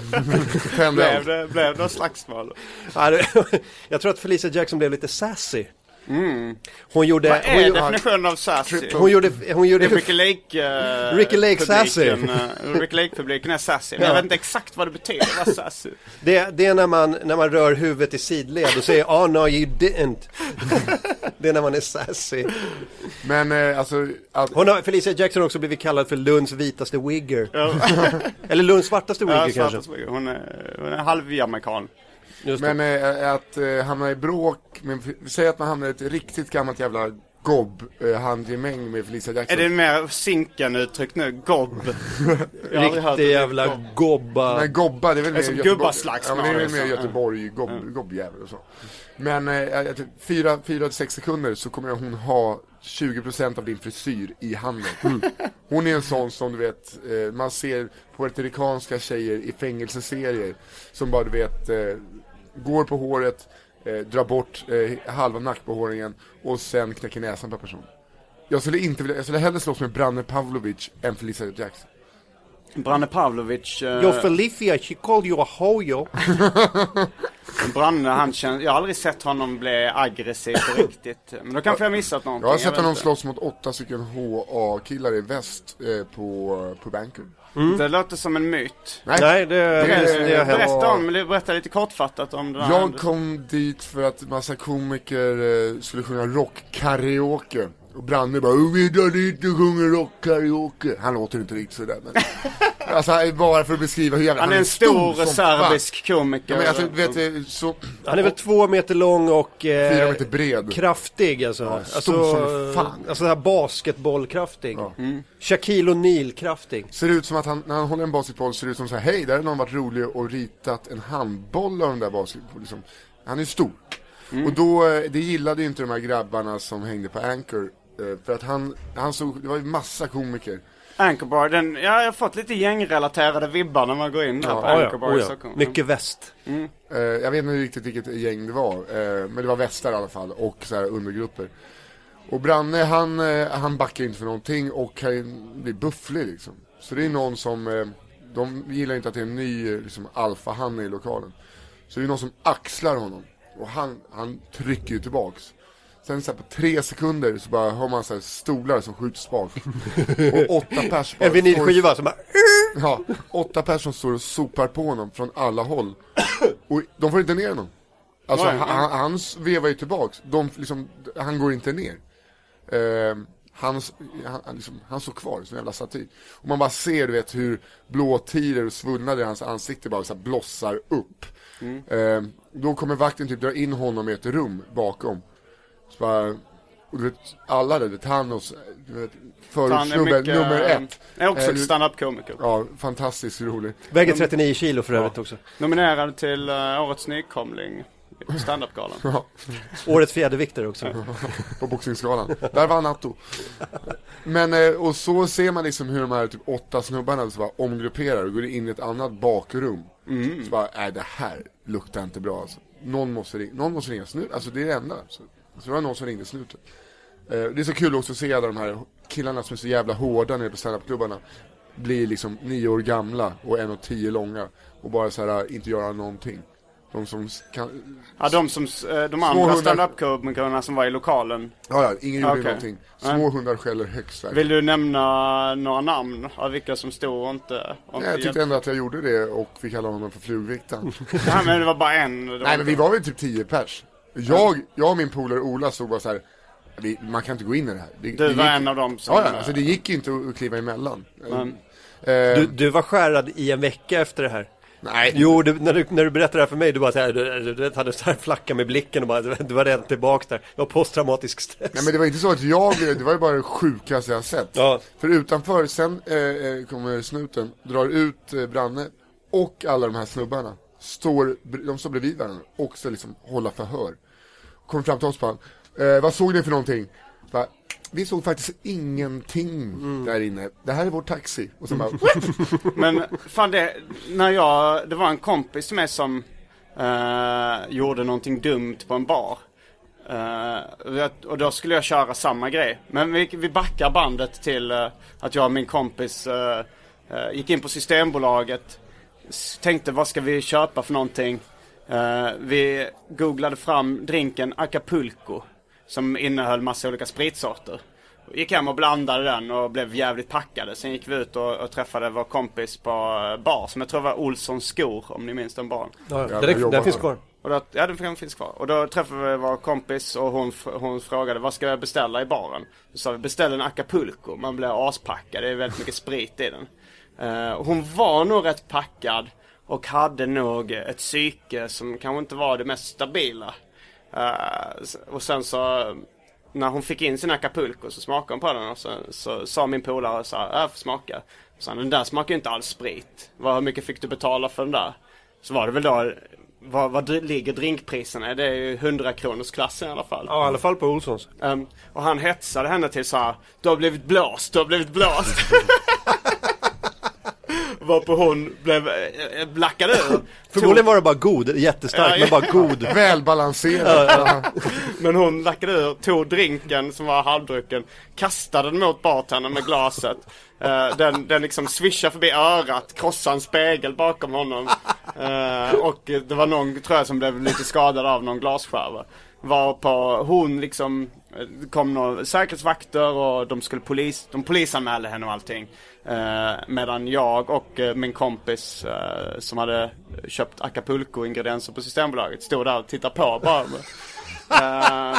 S3: Tände
S1: Blev
S3: eld.
S1: det, blev det slagsmål?
S2: Ja, det- <laughs> jag tror att Felicia Jackson blev lite sassy. Hon
S1: Mm. Vad
S2: gjorde... Hon,
S1: är
S2: gjorde-
S1: definitionen av sassy?
S2: hon gjorde... Hon
S1: Det är
S2: gjorde
S1: Ricky Lake... eh,
S2: Ricky Lake sassy.
S1: publiken, eh, Ricky Lake-publiken är sassy, men
S2: Ja.
S1: jag vet inte exakt vad det betyder att vara
S2: <laughs>
S1: sassy.
S2: det, det är när man, när man rör huvudet i sidled och säger ah no you didn't. det är när man är sassy.
S3: Men eh, alltså, att,
S2: Hon har, Felicia Jackson har också blivit kallad för Lunds vitaste wigger. <laughs> Eller Lunds svartaste wigger
S1: Ja,
S2: kanske.
S1: Svartas Brygga. hon är, hon är halvjamaican.
S2: Just det.
S3: eh, men eh, att eh, hamna i bråk, men, f- säg att man hamnar i ett riktigt gammalt jävla gobb-handgemäng med Felicia
S1: Är
S3: Jackson.
S1: det mer sinken uttryckt nu?
S2: <laughs>
S1: Gobb? Jag har aldrig hört
S2: Riktig
S1: det.
S2: jävla gobba.
S3: Men gobba, det är väl mer
S1: som
S3: Göteborg-
S1: gubbaslagsmål,
S3: Ja, men det är väl
S1: liksom.
S3: mer
S1: Ja.
S3: Göteborg, gobb, gobbjävel och så. Men eh, jag tror fyra, fyra till sex sekunder så kommer hon ha 20% av din frisyr i handen. Hon är en sån som du vet, eh, man ser puertorikanska tjejer i fängelseserier som bara du vet, eh, går på håret, eh, drar bort eh, halva nackbehåringen och sen knäcker näsan på personen. Jag skulle inte vilja, jag skulle hellre slåss med Branne Pavlovic än Felicia Jackson.
S1: Branne Pavlovic, eh,
S2: Yo Felicia, she called you a hojo.
S1: Branne, han känns, jag har aldrig sett honom bli aggressiv på riktigt. Men då kanske jag missat någonting.
S3: Jag har sett
S1: vet
S3: honom
S1: inte.
S3: slåss mot åtta stycken HA-killar i väst eh, på, på Banker.
S1: Det låter som en myt.
S2: Nej, det, det, det, har hänt.
S1: Berätta, om, berätta lite kortfattat om den här
S3: Jag
S1: händelsen.
S3: kom dit för att massa komiker eh, skulle sjunga rockkaraoke. Och Branne bara "Och vi drar dit och sjunger rockkaraoke. Han låter inte riktigt sådär
S1: <laughs>
S3: men. alltså han är bara för att beskriva hur jävla
S1: Han är en stor
S3: som
S1: serbisk
S3: fan.
S1: komiker.
S3: Ja, men alltså, vet du, så,
S2: Han är väl två meter lång och eh,
S3: Fyra meter bred.
S2: kraftig alltså.
S3: stor
S2: alltså,
S3: som fan.
S2: alltså den här basketbollkraftig. Shaquille O'Neal-kraftig.
S3: ser ut som att han, när han håller en basketboll, ser det ut som så här, hej, där har någon varit rolig och ritat en handboll av den där basketbollen. Liksom. Han är ju stor. Och då, eh, det gillade ju inte de här grabbarna som hängde på Anchor. eh, För att han, han såg, det var ju massa komiker.
S1: Anchorbar, den, ja, jag har fått lite gängrelaterade vibbar när man går in där på
S2: Ja, ja,
S1: Anchorbar
S2: oh,
S1: i
S2: ja.
S1: Stockholm.
S2: Mycket väst.
S3: Eh, jag vet inte riktigt vilket gäng det var, eh, men det var västar i alla fall och så här undergrupper. Och Branne han, eh, han backar inte för någonting och kan bli bufflig liksom. Så det är någon som, eh, de gillar inte att det är en ny eh, liksom, alfahanne i lokalen. Så det är någon som axlar honom och han, han trycker ju tillbaks. Sen så här, på tre sekunder så bara hör man så här, stolar som skjuts bak. Och åtta pers
S2: <laughs>
S3: bara
S2: En vinylskiva som bara...
S3: Ja, åtta personer står och sopar på honom från alla håll. Och de får inte ner honom. Alltså
S1: Nej,
S3: han, han, han vevar ju tillbaks. De, liksom, han går inte ner. Ehm, han, han, han liksom, han står kvar som en jävla staty. Och man bara ser du vet hur blåtiror och svullnader i hans ansikte bara så här, blossar upp.
S1: Mm.
S3: Ehm, då kommer vakten typ dra in honom i ett rum bakom. Så bara, och du vet, alla där, du vet, Thanos, du vet,
S1: Han är
S3: förortsnubben
S1: mycket,
S3: nummer ett.
S1: Är också
S3: Eh,
S1: en standup-komiker.
S3: Ja, fantastiskt rolig.
S2: Väger 39 kilo för övrigt också.
S1: Nominerad till eh, Årets nykomling på standup-galan.
S3: <laughs>
S2: Årets fjäderviktare också.
S3: På boxningsskalan. Där vann Atto. Men, eh, och så ser man liksom hur de här typ åtta snubbarna så bara omgrupperar och går in i ett annat bakrum. Så bara, nej det här luktar inte bra alltså. Någon måste ringa, någon måste ringa snuten, alltså det är det enda. Så, så det var någon som ringde snuten. Eh, Det är så kul också att se alla de här killarna som är så jävla hårda nere på standupklubbarna blir liksom nio år gamla och en och tio långa och bara så här eh, inte göra någonting. De som s- kan,
S1: Ja, de, som, s- eh, de
S3: Små
S1: andra
S3: hundar.
S1: standup-komikerna som var i lokalen.
S3: ja, ja ingen gjorde
S1: Okej.
S3: någonting. Små hundar skäller högst.
S1: Vill
S3: verkligen.
S1: du nämna några namn av vilka som stod och inte? och
S3: Nej,
S1: inte
S3: jag
S1: hjälpte?
S3: tyckte ändå att jag gjorde det och vi kallade honom för flugviktaren.
S1: Nej, men <laughs> det var bara en. Det var
S3: Nej men vi var väl typ 10 pers. Jag, jag och min polare Ola stod bara så här. Vi, man kan inte gå in i det här. Det,
S1: Du
S3: det
S1: var
S3: gick-
S1: en av dem som...
S3: Ja, ja, alltså det gick ju inte att kliva emellan.
S1: Men-
S3: Eh,
S2: Du, du var skärrad i en vecka efter det här.
S3: nej,
S2: Jo, du, när, du, när du berättade det här för mig, du bara så här, du, du, du hade så här flacka med blicken och bara, du, du var redan tillbaka där. Jag har posttraumatisk stress.
S3: nej men det var inte så att jag blev, det var ju bara det sjukaste jag sett.
S2: Ja.
S3: För utanför, sen eh, eh, kommer snuten, drar ut eh, Branne och alla de här snubbarna. Står, de står bredvid varandra och ska liksom hålla förhör. Kommer fram till oss och bara, eh, vad såg ni för någonting? Bara, vi såg faktiskt ingenting där inne. Det här är vår taxi. Och <laughs> sen bara,
S1: Men fan det, när jag, det var en kompis till mig som eh, gjorde någonting dumt på en bar. Eh, och jag- och då skulle jag köra samma grej. Men vi, vi backar bandet till eh, att jag och min kompis eh, eh, gick in på Systembolaget. s- Tänkte vad ska vi köpa för någonting. Eh, vi googlade fram drinken Acapulco. Som innehöll massa olika spritsorter. Gick hem och blandade den och blev jävligt packade. Sen gick vi ut och, och träffade vår kompis på eh, bar som jag tror var Olssons skor om ni minns den baren.
S2: ja,
S3: jag
S2: den,
S3: jobbar
S2: den finns
S3: här.
S2: kvar.
S1: Och då, ja, den frågan finns kvar. Och då träffade vi vår kompis och hon, fr- hon frågade vad ska jag beställa i baren? Då sa vi beställ en acapulco, man blir aspackad, det är väldigt mycket sprit i den. Eh, och hon var nog rätt packad och hade nog ett psyke som kanske inte var det mest stabila. Eh, s- och sen så när hon fick in sin acapulco så smakade hon på den och så, så sa min polare så här, jag får smaka. Så han, den där smakar ju inte alls sprit. Vad, hur mycket fick du betala för den där? Så var det väl då, vad, vad dr- ligger drinkpriserna i? Det är ju 100 kronors klassen i alla fall.
S2: Ja, i alla fall på Olssons.
S1: Ehm, och han hetsade henne till så här, du har blivit blåst, du har blivit
S2: <laughs>
S1: blåst. Varpå hon blev, eh, eh, blackad ur.
S2: Förmodligen var det bara god, jättestark,
S1: Ja,
S2: men bara god.
S3: Välbalanserad. Ja.
S1: Men hon lackade ur, tog drinken som var halvdrucken, kastade den mot bartendern med glaset. Eh, den, den liksom swishade förbi örat, krossade en spegel bakom honom. Eh, och det var någon, tror jag, som blev lite skadad av någon glasskärva. Varpå hon liksom, eh, det kom några säkerhetsvakter och de skulle polis, de polisanmälde henne och allting. Eh, medan jag och eh, min kompis eh, som hade köpt Acapulco-ingredienser på Systembolaget stod där och tittade på bara. Eh,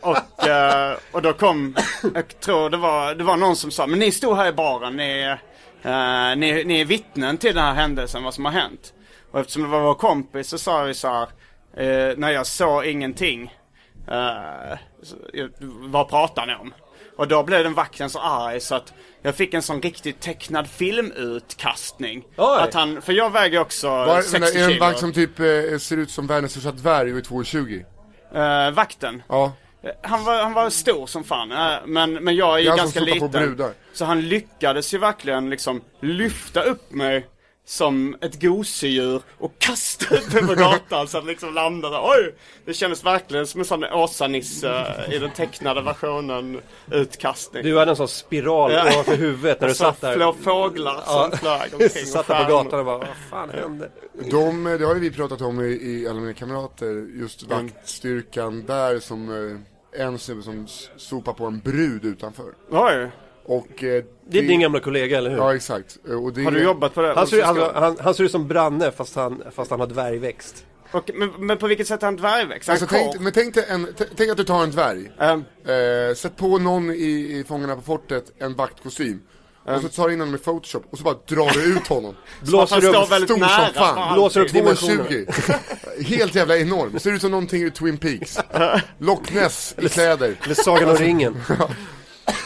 S1: och, eh, och då kom, jag tror det var, det var någon som sa, men ni stod här i baren, ni, eh, ni, ni är vittnen till den här händelsen, vad som har hänt. Och eftersom det var vår kompis så sa vi så här, eh, nej jag såg ingenting. Eh, så- jag- vad pratar ni om? Och då blev den vakten så arg så att jag fick en sån riktigt tecknad filmutkastning.
S2: Oj.
S1: Att han, för jag väger också
S3: Var,
S1: 60
S3: är det en
S1: kilo.
S3: vakt som typ eh, ser ut som världens största dvärg och är 2,20?
S1: Eh, vakten.
S3: Ja.
S1: Han var, han var stor som fan, eh, men, men jag är ju
S3: Det är han som
S1: ganska
S3: sopar på brudar.
S1: liten. Så han lyckades ju verkligen liksom lyfta upp mig som ett gosedjur och kasta ut
S3: <laughs>
S1: mig på gatan så att liksom landade. Oj! Det kändes verkligen som en sån Åsa-Nisse i den tecknade versionen utkastning.
S2: Du hade en sån spiral
S1: Ja.
S2: ovanför huvudet när du
S1: så
S2: satt där.
S1: flå fåglar som flög omkring och
S2: <laughs> satt där på
S1: stjärnor.
S2: gatan och bara, vad fan hände?
S3: De, eh, det har ju vi pratat om i, i alla mina kamrater, just vaktstyrkan där som eh, en snubbe som s- sopar på en brud utanför.
S1: Oj!
S3: Och eh,
S2: Det är din gamla kollega, eller hur?
S3: Ja exakt. Eh, Och det
S1: Har du
S3: är-
S1: jobbat på det?
S2: Han ser, han, Alltså, han, han ser ut som Branne fast han, fast han har dvärgväxt.
S1: Och, men, men på vilket sätt är han dvärgväxt? Är han
S3: Alltså, tänk,
S1: korp?
S3: men tänk, dig en, t- tänk att du tar en dvärg,
S1: Ehm,
S3: eh, sätt på någon i, i Fångarna på fortet en vaktkostym, och så tar du in honom med photoshop och så bara drar du ut honom. Alltså,
S1: att han
S2: Blåser
S1: står
S2: upp,
S1: väldigt
S3: stor som
S1: nära.
S3: fan.
S1: på typ.
S2: blåser upp
S1: allting.
S2: dimensioner.
S3: 2,20! Helt jävla enorm, ser ut som någonting ur Twin Peaks. Loch Ness i kläder.
S2: Eller Sagan om ringen.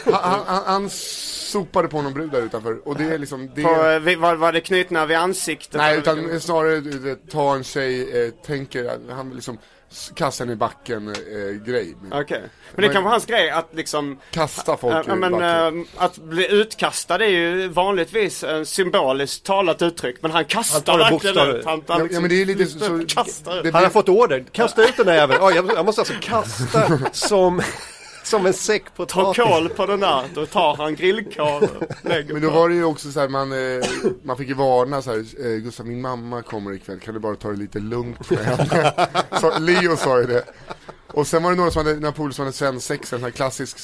S3: Han, han, han, han sopade på någon brud där utanför, och det är liksom, det
S1: På,
S3: är,
S1: eh, vi- var, var det knutna vid ansiktet?
S3: Nej
S1: Eller
S3: utan
S1: vilken-
S3: snarare du vet, ta en tjej, eh, tänker, han liksom, s- kasta henne i backen eh, grej.
S1: Okej. Men det
S3: Men-
S1: kan vara hans grej att liksom...
S3: Kasta folk
S1: eh,
S3: ur
S1: men,
S3: backen.
S1: eh, att bli utkastad är ju vanligtvis en symboliskt talat uttryck. Men han kastar
S2: tar det
S1: verkligen
S2: bokstavligt.
S1: ut. Han, han
S3: Ja, ja
S1: liksom
S3: men det är lite så...
S1: kastar ut.
S3: det-
S2: Han har fått order, kasta ut den här jäveln. Ja, jag, jag måste alltså kasta som, som en säck
S1: Ta
S2: potatis.
S1: kol på den där, då tar han grillkol
S3: <laughs>
S1: och lägger
S3: Men då
S1: på.
S3: var det ju också så här, man, eh, man fick ju varna så här, eh, Gustav min mamma kommer ikväll, kan du bara ta det lite lugnt med henne? så Leo sa ju det. Och sen var det några som hade, några polare som hade svensexa, en sån här klassisk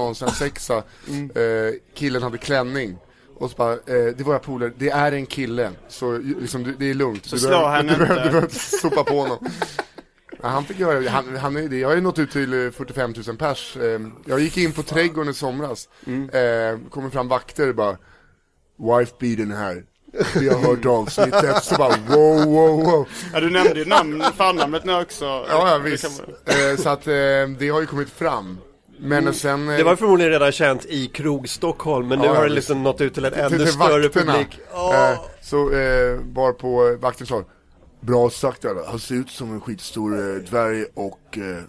S3: svennebanan-svensexa. Eh, killen hade klänning. Och så bara, eh, det är våra polare, det är en kille, så ju- liksom, du- det är lugnt. Så du
S1: slå
S3: behöver-
S1: henne
S3: du behöver-
S1: inte.
S3: Du behöver inte sopa på honom. Ja, han fick göra han, han är, det. Jag har ju nått ut till eh, 45 000 pers. Eh, Jag gick in på trädgården i somras, eh, kommer fram vakter och bara Wife beaten här, vi har hört avsnittet, så bara wow, wow, wow.
S1: Ja, du nämnde ju namn, förnamnet nu också.
S3: Ja, ja
S1: Det
S3: visst.
S1: kan man-
S3: Eh, Så att eh, det har ju kommit fram. Men sen... eh,
S2: Mm. Det var förmodligen redan känt i krog Stockholm, men nu
S3: Ja,
S2: har det
S3: visst.
S2: liksom nått ut till en
S3: till-
S2: ännu
S3: till
S2: större
S3: vakterna.
S2: publik.
S3: Eh, Så eh, var på eh, vakten sa Bra sagt alla. han ser ut som en skitstor eh, dvärg och eh,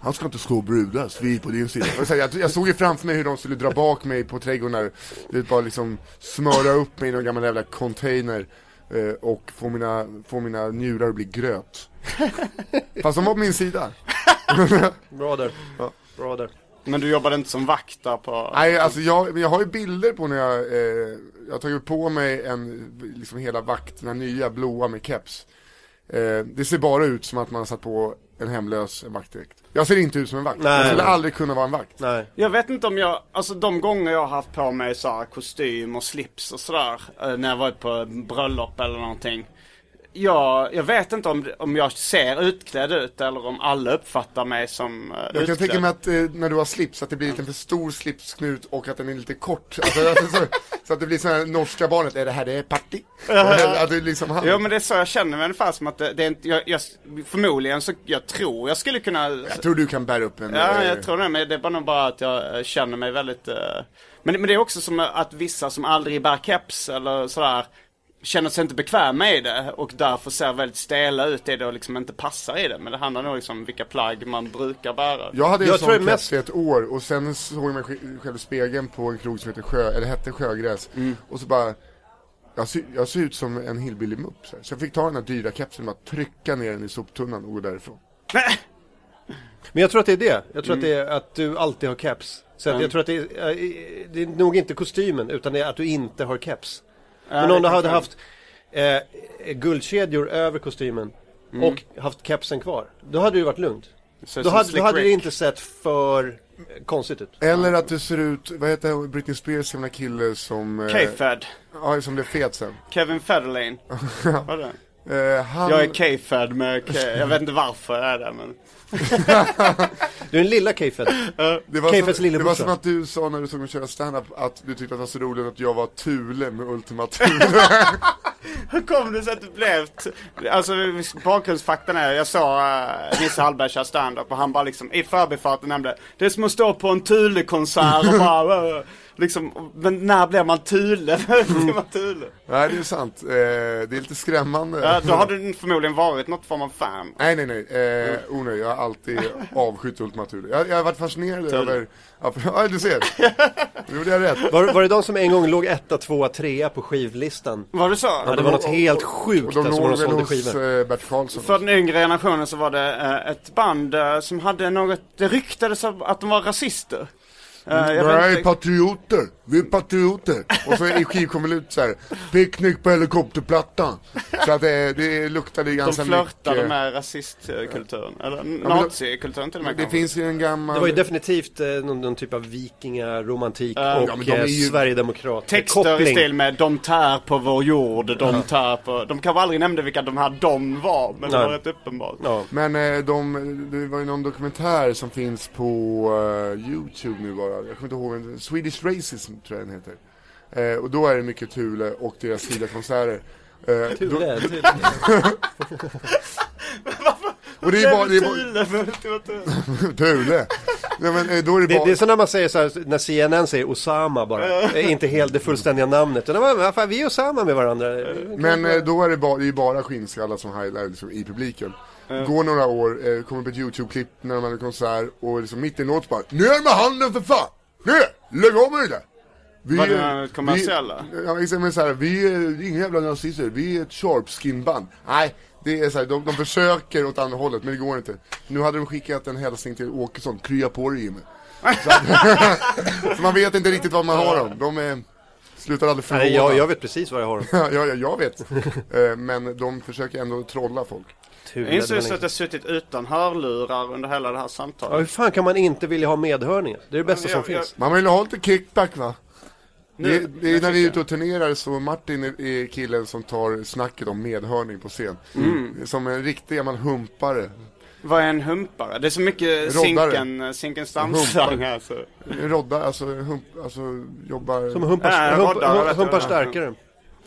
S3: han ska inte slå brudar, så vi är på din sida. Och så här, Jag, jag såg ju framför mig hur de skulle dra bak mig på trädgården där, du vet, bara liksom smöra upp mig i någon gammal jävla container eh, och få mina, få mina njurar att bli gröt. Fast de var på min sida.
S2: Bra där. Bra där.
S1: Men du jobbade inte som vakt där på...
S3: Nej, alltså jag, men jag har ju bilder på när jag, eh, jag har tagit på mig en, liksom hela vakt, den här nya blåa med keps. Eh, det ser bara ut som att man har satt på en hemlös vaktdräkt. Jag ser inte ut som en vakt.
S2: Nej,
S3: jag skulle
S2: nej.
S3: aldrig kunna vara en vakt.
S2: Nej.
S1: Jag vet inte om jag, alltså de gånger jag har haft på mig så här kostym och slips och sådär eh, när jag varit på bröllop eller någonting. jag, jag vet inte om, om jag ser utklädd ut eller om alla uppfattar mig som eh,
S3: Jag kan
S1: utklädd.
S3: tänka mig att eh, när du har slips, att det blir lite för stor slipsknut och att den är lite kort. Alltså, alltså, så, så att det blir så här norska barnet, är det här det är party? att det är liksom han.
S1: Jo men det är så jag känner mig ungefär som att det, det är inte, jag, jag, förmodligen så, jag tror jag skulle kunna
S3: Jag tror du kan bära upp en...
S1: Ja,
S3: eh,
S1: jag tror det, men det är bara nog bara att jag eh, känner mig väldigt... eh, Men, men det är också som att vissa som aldrig bär keps eller sådär känner sig inte bekväma i det och därför ser väldigt stela ut i det och liksom inte passar i det. Men det handlar nog liksom om vilka plagg man brukar bära. <laughs>
S3: Jag hade en
S2: Jag
S3: sån
S2: tror
S3: keps
S2: det är mest-
S3: i ett år och sen såg jag mig sj- själv i spegeln på en krog som heter Sjö, eller hette Sjögräs
S2: Mm.
S3: och så bara jag ser, jag ser ut som en hillbillymupp så, här. så jag fick ta den här dyra kepsen och bara trycka ner den i soptunnan och gå därifrån.
S2: Men jag tror att det är det. Jag
S3: Mm.
S2: tror att det är att du alltid har caps. Så att jag tror att det är, eh, det är nog inte kostymen utan det är att du inte har caps. Men om du hade haft eh, guldkedjor över kostymen
S3: Mm.
S2: och haft kepsen kvar. Då hade det ju varit lugnt.
S1: Så
S2: Då
S1: som
S2: hade, då
S1: Slick
S2: hade det
S1: Rick.
S2: inte sett för eh, konstigt ut.
S3: Eller att du ser ut, vad heter Britney Spears gamla kille som... eh,
S1: K-Fed.
S3: Ja, som blev fet sen.
S1: Kevin
S2: <laughs>
S1: Federline. Vad är det?
S3: Eh, han...
S1: Jag är K-Fed med K- Jag vet inte varför jag är det men...
S2: Du är den lilla Keyfed.
S3: Det var,
S2: Keyfeds
S3: som, det var
S2: lillebrorsa.
S3: som att du sa när du såg mig köra standup att du tyckte att det var så roligt att jag var Thule med Ultima Thule.
S1: Hur kom det sig att det blev... T- alltså bakgrundsfaktan är, jag såg uh, Nisse Hallberg köra stand-up och han bara liksom i förbifarten nämnde Det är som att stå på en Thule-konsert och bara... eh, liksom, men när blir man Thule? <laughs> Blir
S3: Mm.
S1: man Thule?
S3: <laughs> Nej, det är sant. Eh, det är lite skrämmande.
S1: Ja, då har du förmodligen varit något form av fan.
S3: Nej, nej, nej. Eh, onöj, jag har alltid avskytt Ultima Thule. Jag, jag har varit fascinerad över... Ja, för- ja, du ser. Nu gjorde jag rätt.
S2: Var, var det de som en gång låg etta, tvåa, trea på skivlistan?
S1: Var det så?
S2: Ja, det var något helt
S3: Och
S2: sjukt
S3: de
S2: alltså, vad de
S3: låg väl
S2: sålde
S3: hos
S2: skivor.
S3: eh, Bert Karlsson.
S1: För den yngre generationen så var det eh, ett band eh, som hade något, det ryktades om att de var rasister. Eh, jag vet
S3: Nej,
S1: inte-
S3: patrioter. Vi är patrioter. Och så i skivkonvolut så här. Picknick på helikopterplattan. Så att det, det luktade
S1: de
S3: ganska
S1: flörtade
S3: mycket.
S1: med rasistkulturen, eller nazikulturen till och med
S3: Det
S1: kanske.
S3: finns ju en gammal...
S2: Det var ju definitivt eh, någon, någon typ av vikingaromantik
S3: ja, men
S2: och
S3: de är
S2: eh,
S3: ju-
S2: sverigedemokrat-koppling.
S1: Texter i stil med de tär på vår jord, de tär på... De kanske aldrig nämnde vilka de här de var, men det
S2: Nej.
S1: var rätt uppenbart.
S2: Ja.
S3: Men eh, de, det var ju någon dokumentär som finns på eh, Youtube nu bara, jag kommer inte ihåg, den. Swedish Racism tror jag den heter. Eh, och då är det mycket Thule och deras tidiga konserter. Eh, då,
S2: Tule, Tule.
S3: och det är bara, det är bara,
S1: Tydligen, men det var
S2: <laughs>
S1: tydligt.
S3: <laughs> Thule! Nej men eh, då är det
S2: Det,
S3: bara,
S2: det är så när man säger så här, när CNN säger Osama bara. Eh, inte helt det fullständiga namnet. Utan, vad fan, vi är Osama med varandra.
S3: men eh, då är det bara, det är ju bara skinnskallar som highlight liksom, i publiken. Går några år, eh, kommer på ett Youtube-klipp när de hade konsert och liksom mitt i en låt bara Ner med handen för fan! Ner! Lägg av med det där! Vi,
S1: Var det
S3: är-
S1: några kommersiella?
S3: Vi, ja, exempelvis såhär, vi eh, är inga jävla nazister, vi är ett sharpskin-band. Nej, det är såhär, de, de försöker åt andra hållet, men det går inte. Nu hade de skickat en hälsning till Åkesson, krya på dig
S1: <laughs>
S3: Jimmy. Så, att- <laughs> så man vet inte riktigt vad man har dem. De är, slutar aldrig förvåna.
S2: Nej, jag, jag vet precis vad jag har.
S3: Ja, ja,
S2: <laughs>
S3: jag vet. Eh, Men de försöker ändå trolla folk.
S2: Tule,
S1: Jag inser
S2: det
S1: just
S2: var
S1: att jag suttit utan hörlurar under hela det här samtalet.
S2: Ja, hur fan kan man inte vilja ha medhörningar? Det är det bästa
S1: jag-
S2: som
S1: jag-
S2: finns.
S3: Man vill ha lite kickback va?
S1: Nu-
S3: det, det är när vi är ute och turnerar så Martin är, är killen som tar snacket om medhörning på scen. Som en riktig gammal humpare.
S1: Vad är en humpare? Det är så mycket
S3: Roddare.
S1: Zinken, Zinken Stamsang här så.
S3: Rodda, alltså, hump, alltså jobbar...
S2: Som humpar,
S1: Nej,
S2: hump,
S1: roddar,
S2: hum-
S1: vet jag.
S2: humpar starkare.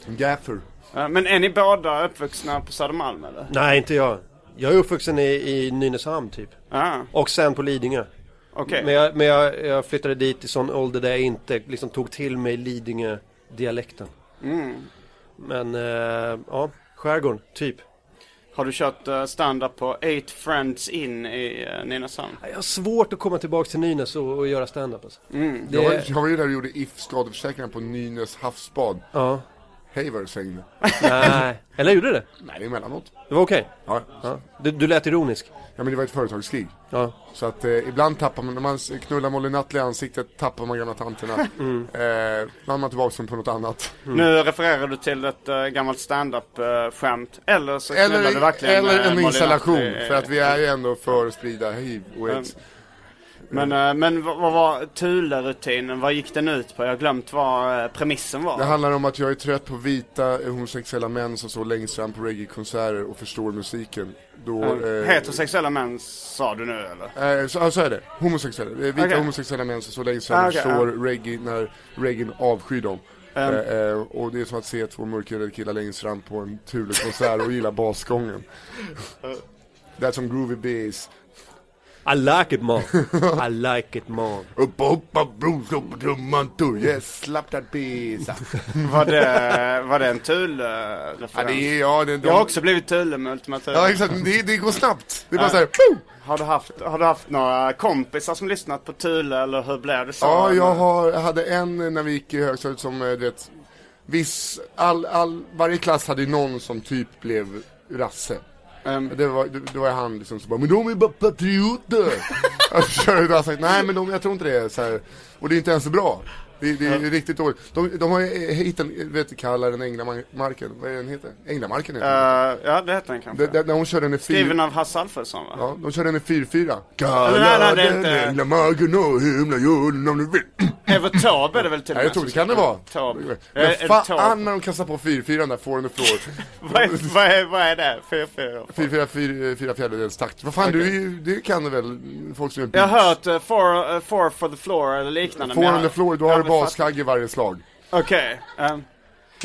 S3: Gaffer.
S1: Eh, Men är ni båda uppvuxna på Södermalm eller?
S2: Nej, inte jag. Jag är uppvuxen i, i Nynäshamn typ.
S1: Ja,
S2: Och sen på Lidingö.
S1: okej.
S2: Men, jag, men jag, jag flyttade dit i sån ålder där jag inte liksom tog till mig Lidingö-dialekten.
S3: Mm.
S2: Men, eh, ja, skärgården, typ.
S1: Har du kört eh, stand-up på Eight Friends In i eh, Nynäshamn?
S2: Jag har svårt att komma tillbaka till Nynäs och, och göra standup alltså. Det,
S3: Mm. Jag, var, jag var ju där och gjorde if-skadeförsäkringen på Nynäs havsbad.
S2: Ja,
S3: Hej vad du säger.
S2: nej. Eller gjorde du det?
S3: Nej, emellanåt.
S2: Det var okej?
S3: Ja.
S2: Ja. Du, du lät ironisk.
S3: ja, men det var ett företagskrig.
S2: Ja.
S3: Så att eh, ibland tappar man, när man knullar Molly Nutley i ansiktet tappar man
S1: <laughs>
S3: gamla tanterna.
S1: Mm.
S3: Eh, då har man tillbaka dem på något annat.
S1: Nu refererar du till ett eh, gammalt stand-up-skämt. eller så knullar du
S3: Eller,
S1: verkligen
S3: eller
S1: eh,
S3: en
S1: Molly
S3: installation,
S1: Nutley, eh,
S3: för att vi är ju ändå för att sprida hiv och aids.
S1: Men, eh, men vad, vad var Thule-rutinen? Vad gick den ut på? Jag har glömt vad eh, premissen var.
S3: Det handlar om att jag är trött på vita eh, homosexuella män som står längst fram på reggae-konserter och förstår musiken. Då, eh,
S1: Heterosexuella män sa du nu eller?
S3: Eh, så, ja, så är det. Homosexuella. Eh, Vita
S1: Okej.
S3: homosexuella män som står längst fram
S1: Ah,
S3: och
S1: okej, Ehm.
S3: förstår reggae när reggae avskyr dem. Eh, eh, och det är som att se två mörkhyade killar längst fram på en Thule-konsert och
S1: <laughs>
S3: gilla basgången. That's some groovy bass.
S2: I like it man. I like it man.
S3: Upp och hoppa, bros, upp och trumman, tur, yes, slap that bass.
S1: Var det, eh, var det en Thule?
S3: ja, det är, ja, det, de,
S1: Jag har också blivit Thule med Ultima Thule.
S3: Ja, exakt, men det, det går snabbt. Det är bara såhär,
S1: Har du, haft, har du haft några kompisar som lyssnat på Thule eller hur blev det så?
S3: Ja, jag har, jag hade en eh, när vi gick i högstadiet som, eh, du vet, viss, all, all, varje klass hade ju någon som typ blev rasse.
S1: Ehm,
S3: Det var, det, det var han liksom som bara, men de är bara
S1: <laughs>
S3: patrioter! alltså, jag har sagt, nej men de, jag tror inte det, är så här. och det är inte ens bra. Det, det är riktigt dåligt. De, de har ju eh, hittat, vet du, kallar den Änglamarken, vad är den heter? Änglamarken heter den.
S1: eh, ja, det heter den kanske.
S3: Där- där- När hon körde den i fyr-
S1: Skriven av Hasse Alfredsson va?
S3: Ja, de körde den i 4-4.
S1: nej,
S3: Kalla
S1: nej, det är
S3: den
S1: inte-
S3: Änglamarken och himla jorden om du vill.
S1: Evert Taube Eh, är det väl till och
S3: Nej,
S1: med
S3: jag tror
S1: som
S3: det kan det
S1: skriver-
S3: vara.
S1: Taube.
S3: Men
S1: Eh,
S3: fan
S1: Taube.
S3: när de kastar på 4-4 där, får den och
S1: <laughs>
S3: flår.
S1: Vad
S3: <laughs>
S1: är- vad är- vad är det? Fyra, fyra.
S3: 4-4, 4 4 eh, fjärdedels takt. Vad fan, du, är ju- det kan du väl? Folk som är
S1: Jag har hört uh, four, eh, four for the floor eller liknande. men
S3: Får
S1: jag-
S3: on the floor, då
S1: jag
S3: har du
S1: har aldrig
S3: baskagge i varje slag.
S1: Okej. ehm,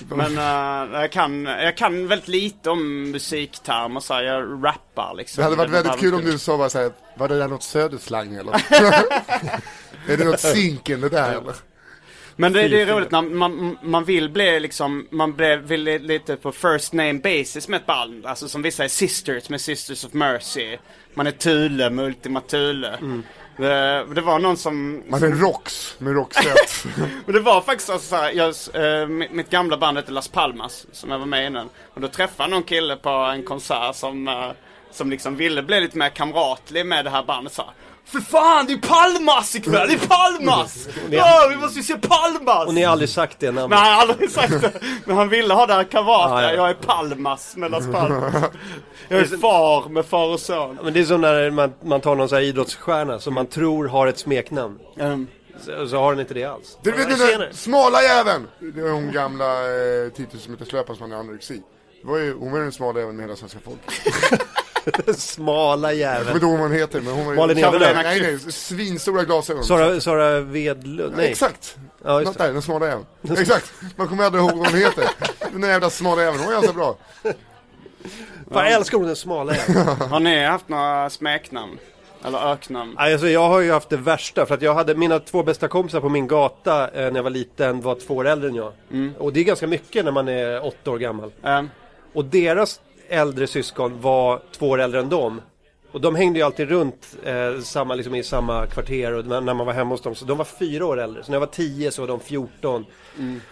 S1: men eh, jag, kan, jag kan väldigt lite om musiktermer så här, jag rappar liksom.
S3: Det hade varit
S1: Jag vet
S3: väldigt
S1: inte
S3: kul om du sa bara såhär, var det där något
S1: <laughs>
S3: söderslang eller? är det något sinken det där eller?
S1: Men det, det är roligt när man, man vill bli liksom, man blir, vill li- lite på first name basis med ett band. Alltså som vissa är Sisters med Sisters of Mercy. Man är Thule med Ultima Thule.
S2: Mm.
S1: Eh, Det, det var någon som...
S3: Man är en Rox med Roxette.
S1: <laughs> Men det var faktiskt alltså såhär, jag, eh, mitt, mitt gamla band hette Las Palmas, som jag var med i innan. Och då träffade jag någon kille på en konsert som, eh, som liksom ville bli lite mer kamratlig med det här bandet såhär. För fan, det är Palmas ikväll! Det är Palmas! Ja, vi måste ju se Palmas!
S2: Mm. Och ni har aldrig sagt det namnet?
S1: Nej, han har aldrig sagt det. Men han ville ha det här kavatet.
S2: Ja, ja.
S1: Jag är Palmas med Las
S3: <laughs>
S1: Palmas. Jag är far med far och son.
S2: Men det är som när man, man tar någon sån här idrottsstjärna som man tror har ett smeknamn.
S1: Ehm,
S2: Så, så har den inte det alls.
S3: Du vet den där smala jäveln! Det var hon gamla eh, titusmeterslöparen som hade anorexi. Det var ju, hon var ju den smala jäveln med hela svenska folket.
S2: Smala
S3: Jag
S2: jäveln.
S3: kommer inte ihåg vad hon heter men hon var ju...
S2: Malin Evelöv.
S3: Nej nej, svinstora glasögon.
S2: Sara, Sara Vedlund? Nej.
S3: Exakt!
S2: Ja, just
S3: Något
S2: det.
S3: där, den smala jäveln. Exakt! Man kommer aldrig ihåg vad hon heter. Den där jävla smala jäveln, hon var ganska bra.
S2: Fan, jag älskar orden smala jäveln.
S1: Har ni haft några smeknamn? Eller öknamn?
S2: Nej, alltså, jag har ju haft det värsta för att jag hade mina två bästa kompisar på min gata eh, när jag var liten var två år äldre än jag. Och det är ganska mycket när man är åtta år gammal.
S1: Ehm,
S2: Och deras äldre syskon var två år äldre än dem. Och de hängde ju alltid runt eh, samma, liksom i samma kvarter och när, när man var hemma hos dem. Så de var fyra år äldre. Så när jag var tio så var de 14.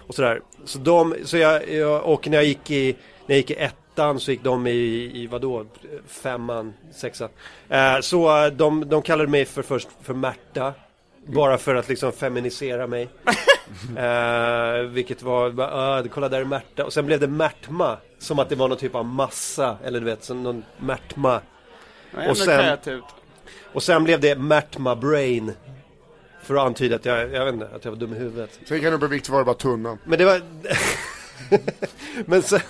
S2: Och sådär. Så de, så jag, jag, och när jag gick i, när jag gick i ettan så gick de i, i vadå, femman, sexan. Eh, så eh, de, de kallade mig för först för Märta. Bara för att liksom feminisera mig. Eh, vilket var, bara, "Ah, kolla där är Märta. Och sen blev det Märtma. Som att det var någon typ av massa, eller du vet, som någon Märtma.
S1: jävla
S2: Och sen-
S1: kreativt.
S2: Och sen blev det Märtma Brain. För att antyda att jag, jag vet inte, att jag var dum i huvudet.
S3: Sen gick han upp i vikt så var det bara tunnan.
S2: Men det var... <laughs> men sen...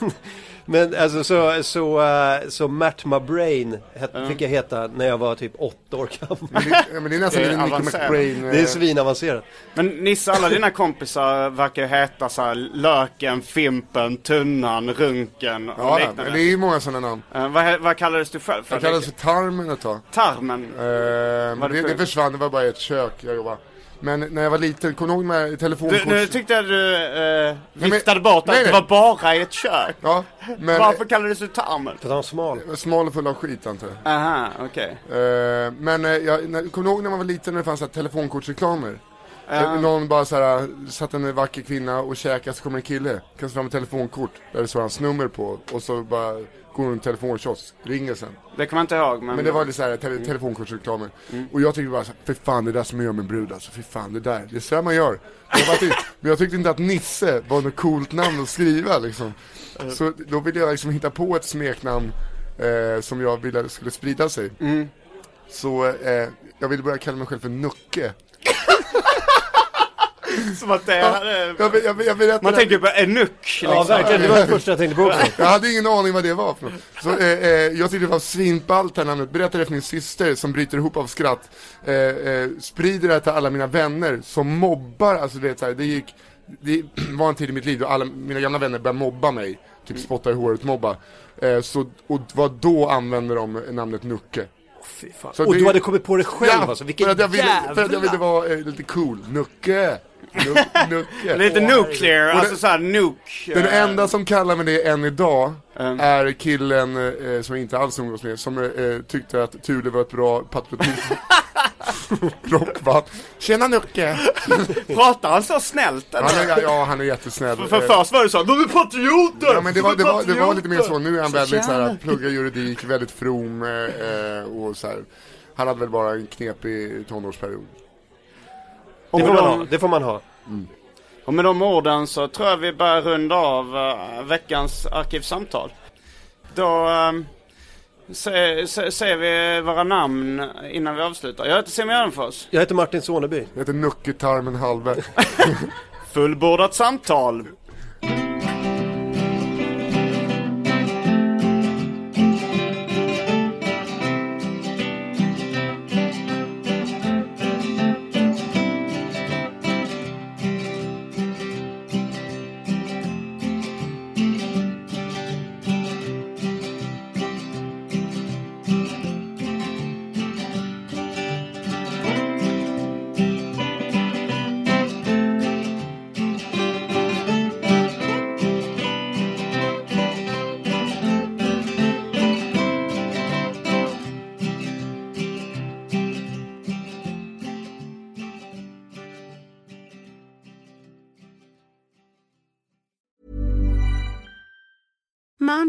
S2: Men alltså så, så, eh, så Märtma Brain het, fick jag heta när jag var typ åtta år gammal.
S3: Men det, ja, men det är nästan
S1: Det är
S3: lite Nicky
S1: avancerat.
S3: McBrain. eh,
S2: Det är svinavancerat.
S1: Men Nisse, alla dina kompisar verkar ju heta så här Löken, Fimpen, Tunnan, Runken och
S3: Ja, men
S1: liknande.
S3: det är ju många sådana namn.
S1: Ehm, vad, he- vad kallades du själv för?
S3: Jag kallades för Tarmen ett tag.
S1: Tarmen?
S3: Eh, det,
S1: det för-
S3: det försvann, det var bara ett kök jag jobbade. Men när jag var liten, kommer du ihåg med
S1: Du,
S3: telefonkort?
S1: nu tyckte jag du eh,
S3: men-
S1: viftade bort att
S3: nej,
S1: det
S3: nej.
S1: var bara i ett kök.
S3: Ja, men
S1: Varför kallades du Tarmen?
S2: För att han var smal.
S3: smal och full av skit antar jag.
S1: Aha, okej.
S3: Eh, men eh, jag när, kommer du ihåg när man var liten när det fanns så här, telefonkortsreklamer? Eh, Någon bara såhär, satt en vacker kvinna och käkade så kommer en kille, kastar fram ett telefonkort där det står hans nummer på och så bara går hon i en telefonkiosk, ringer sen.
S1: Det kommer jag inte ihåg men...
S3: Men det var lite såhär tele- telefonkortsreklamer.
S1: Mm.
S3: Och jag tyckte bara såhär, för fan det är där som jag gör med en brud alltså, för fan det där, det är så här man gör. Jag bara tyckte, <laughs> men jag tyckte inte att Nisse var något coolt namn att skriva liksom.
S1: Mm.
S3: Så
S1: Mm.
S3: då ville jag liksom hitta på ett smeknamn eh, som jag ville skulle sprida sig. Så eh, jag ville börja kalla mig själv för Nucke.
S1: Som att det här är...
S3: Jag, ber- jag, ber- jag berättar
S1: Man
S3: det här-
S1: tänker på enuk liksom.
S2: Ja, verkligen. Det var det första jag tänkte på också.
S3: Jag hade ingen aning vad det var för något. Så eh, eh, jag tyckte det var svinballt det här namnet. Berättade det för min syster som bryter ihop av skratt. Eh, eh, sprider det här till alla mina vänner som mobbar, alltså du vet så här, det gick det var en tid i mitt liv då alla mina gamla vänner började mobba mig, typ spotta i håret, mobba. Eh, så, och vad då använde de namnet Nucke?
S2: Fy fan.
S3: Så
S2: Och
S3: det-
S2: du hade kommit på det själv alltså, vilken
S3: för att jag ville,
S2: jävla...
S3: för att jag ville vara eh, lite cool, Nucke! Nu-
S2: <laughs>
S3: Nucke!
S1: Lite nuclear, alltså såhär nuke.
S3: Den
S1: eh,
S3: enda som kallar mig det än idag
S1: Mm.
S3: är killen eh, som jag inte alls umgås med, som eh, tyckte att Thule var ett bra
S1: <laughs>
S3: patriotism rockband. Tjena Nucke!
S1: Pratar han så snällt eller?
S3: Han är, ja, han är jättesnäll.
S1: För
S3: Eh,
S1: först var det såhär, de är patrioter!
S3: Ja men det var,
S1: De
S3: det
S1: är
S3: var, det var
S1: patrioter!
S3: lite mer så, nu är han väldigt såhär, pluggar juridik, väldigt from eh, eh, och såhär. Han hade väl bara en knepig tonårsperiod.
S2: Det
S1: Och
S2: får
S1: med,
S2: man ha,
S1: de,
S2: det får man ha.
S1: och med de orden så tror jag vi börjar runda av eh, veckans arkivsamtal. Då um, säger se, säger vi våra namn innan vi avslutar. Jag heter Simon Gärdenfors.
S2: Jag heter Martin Soneby.
S3: Jag heter Nucke Tarmen Hallberg.
S1: Fullbordat samtal!
S5: Mom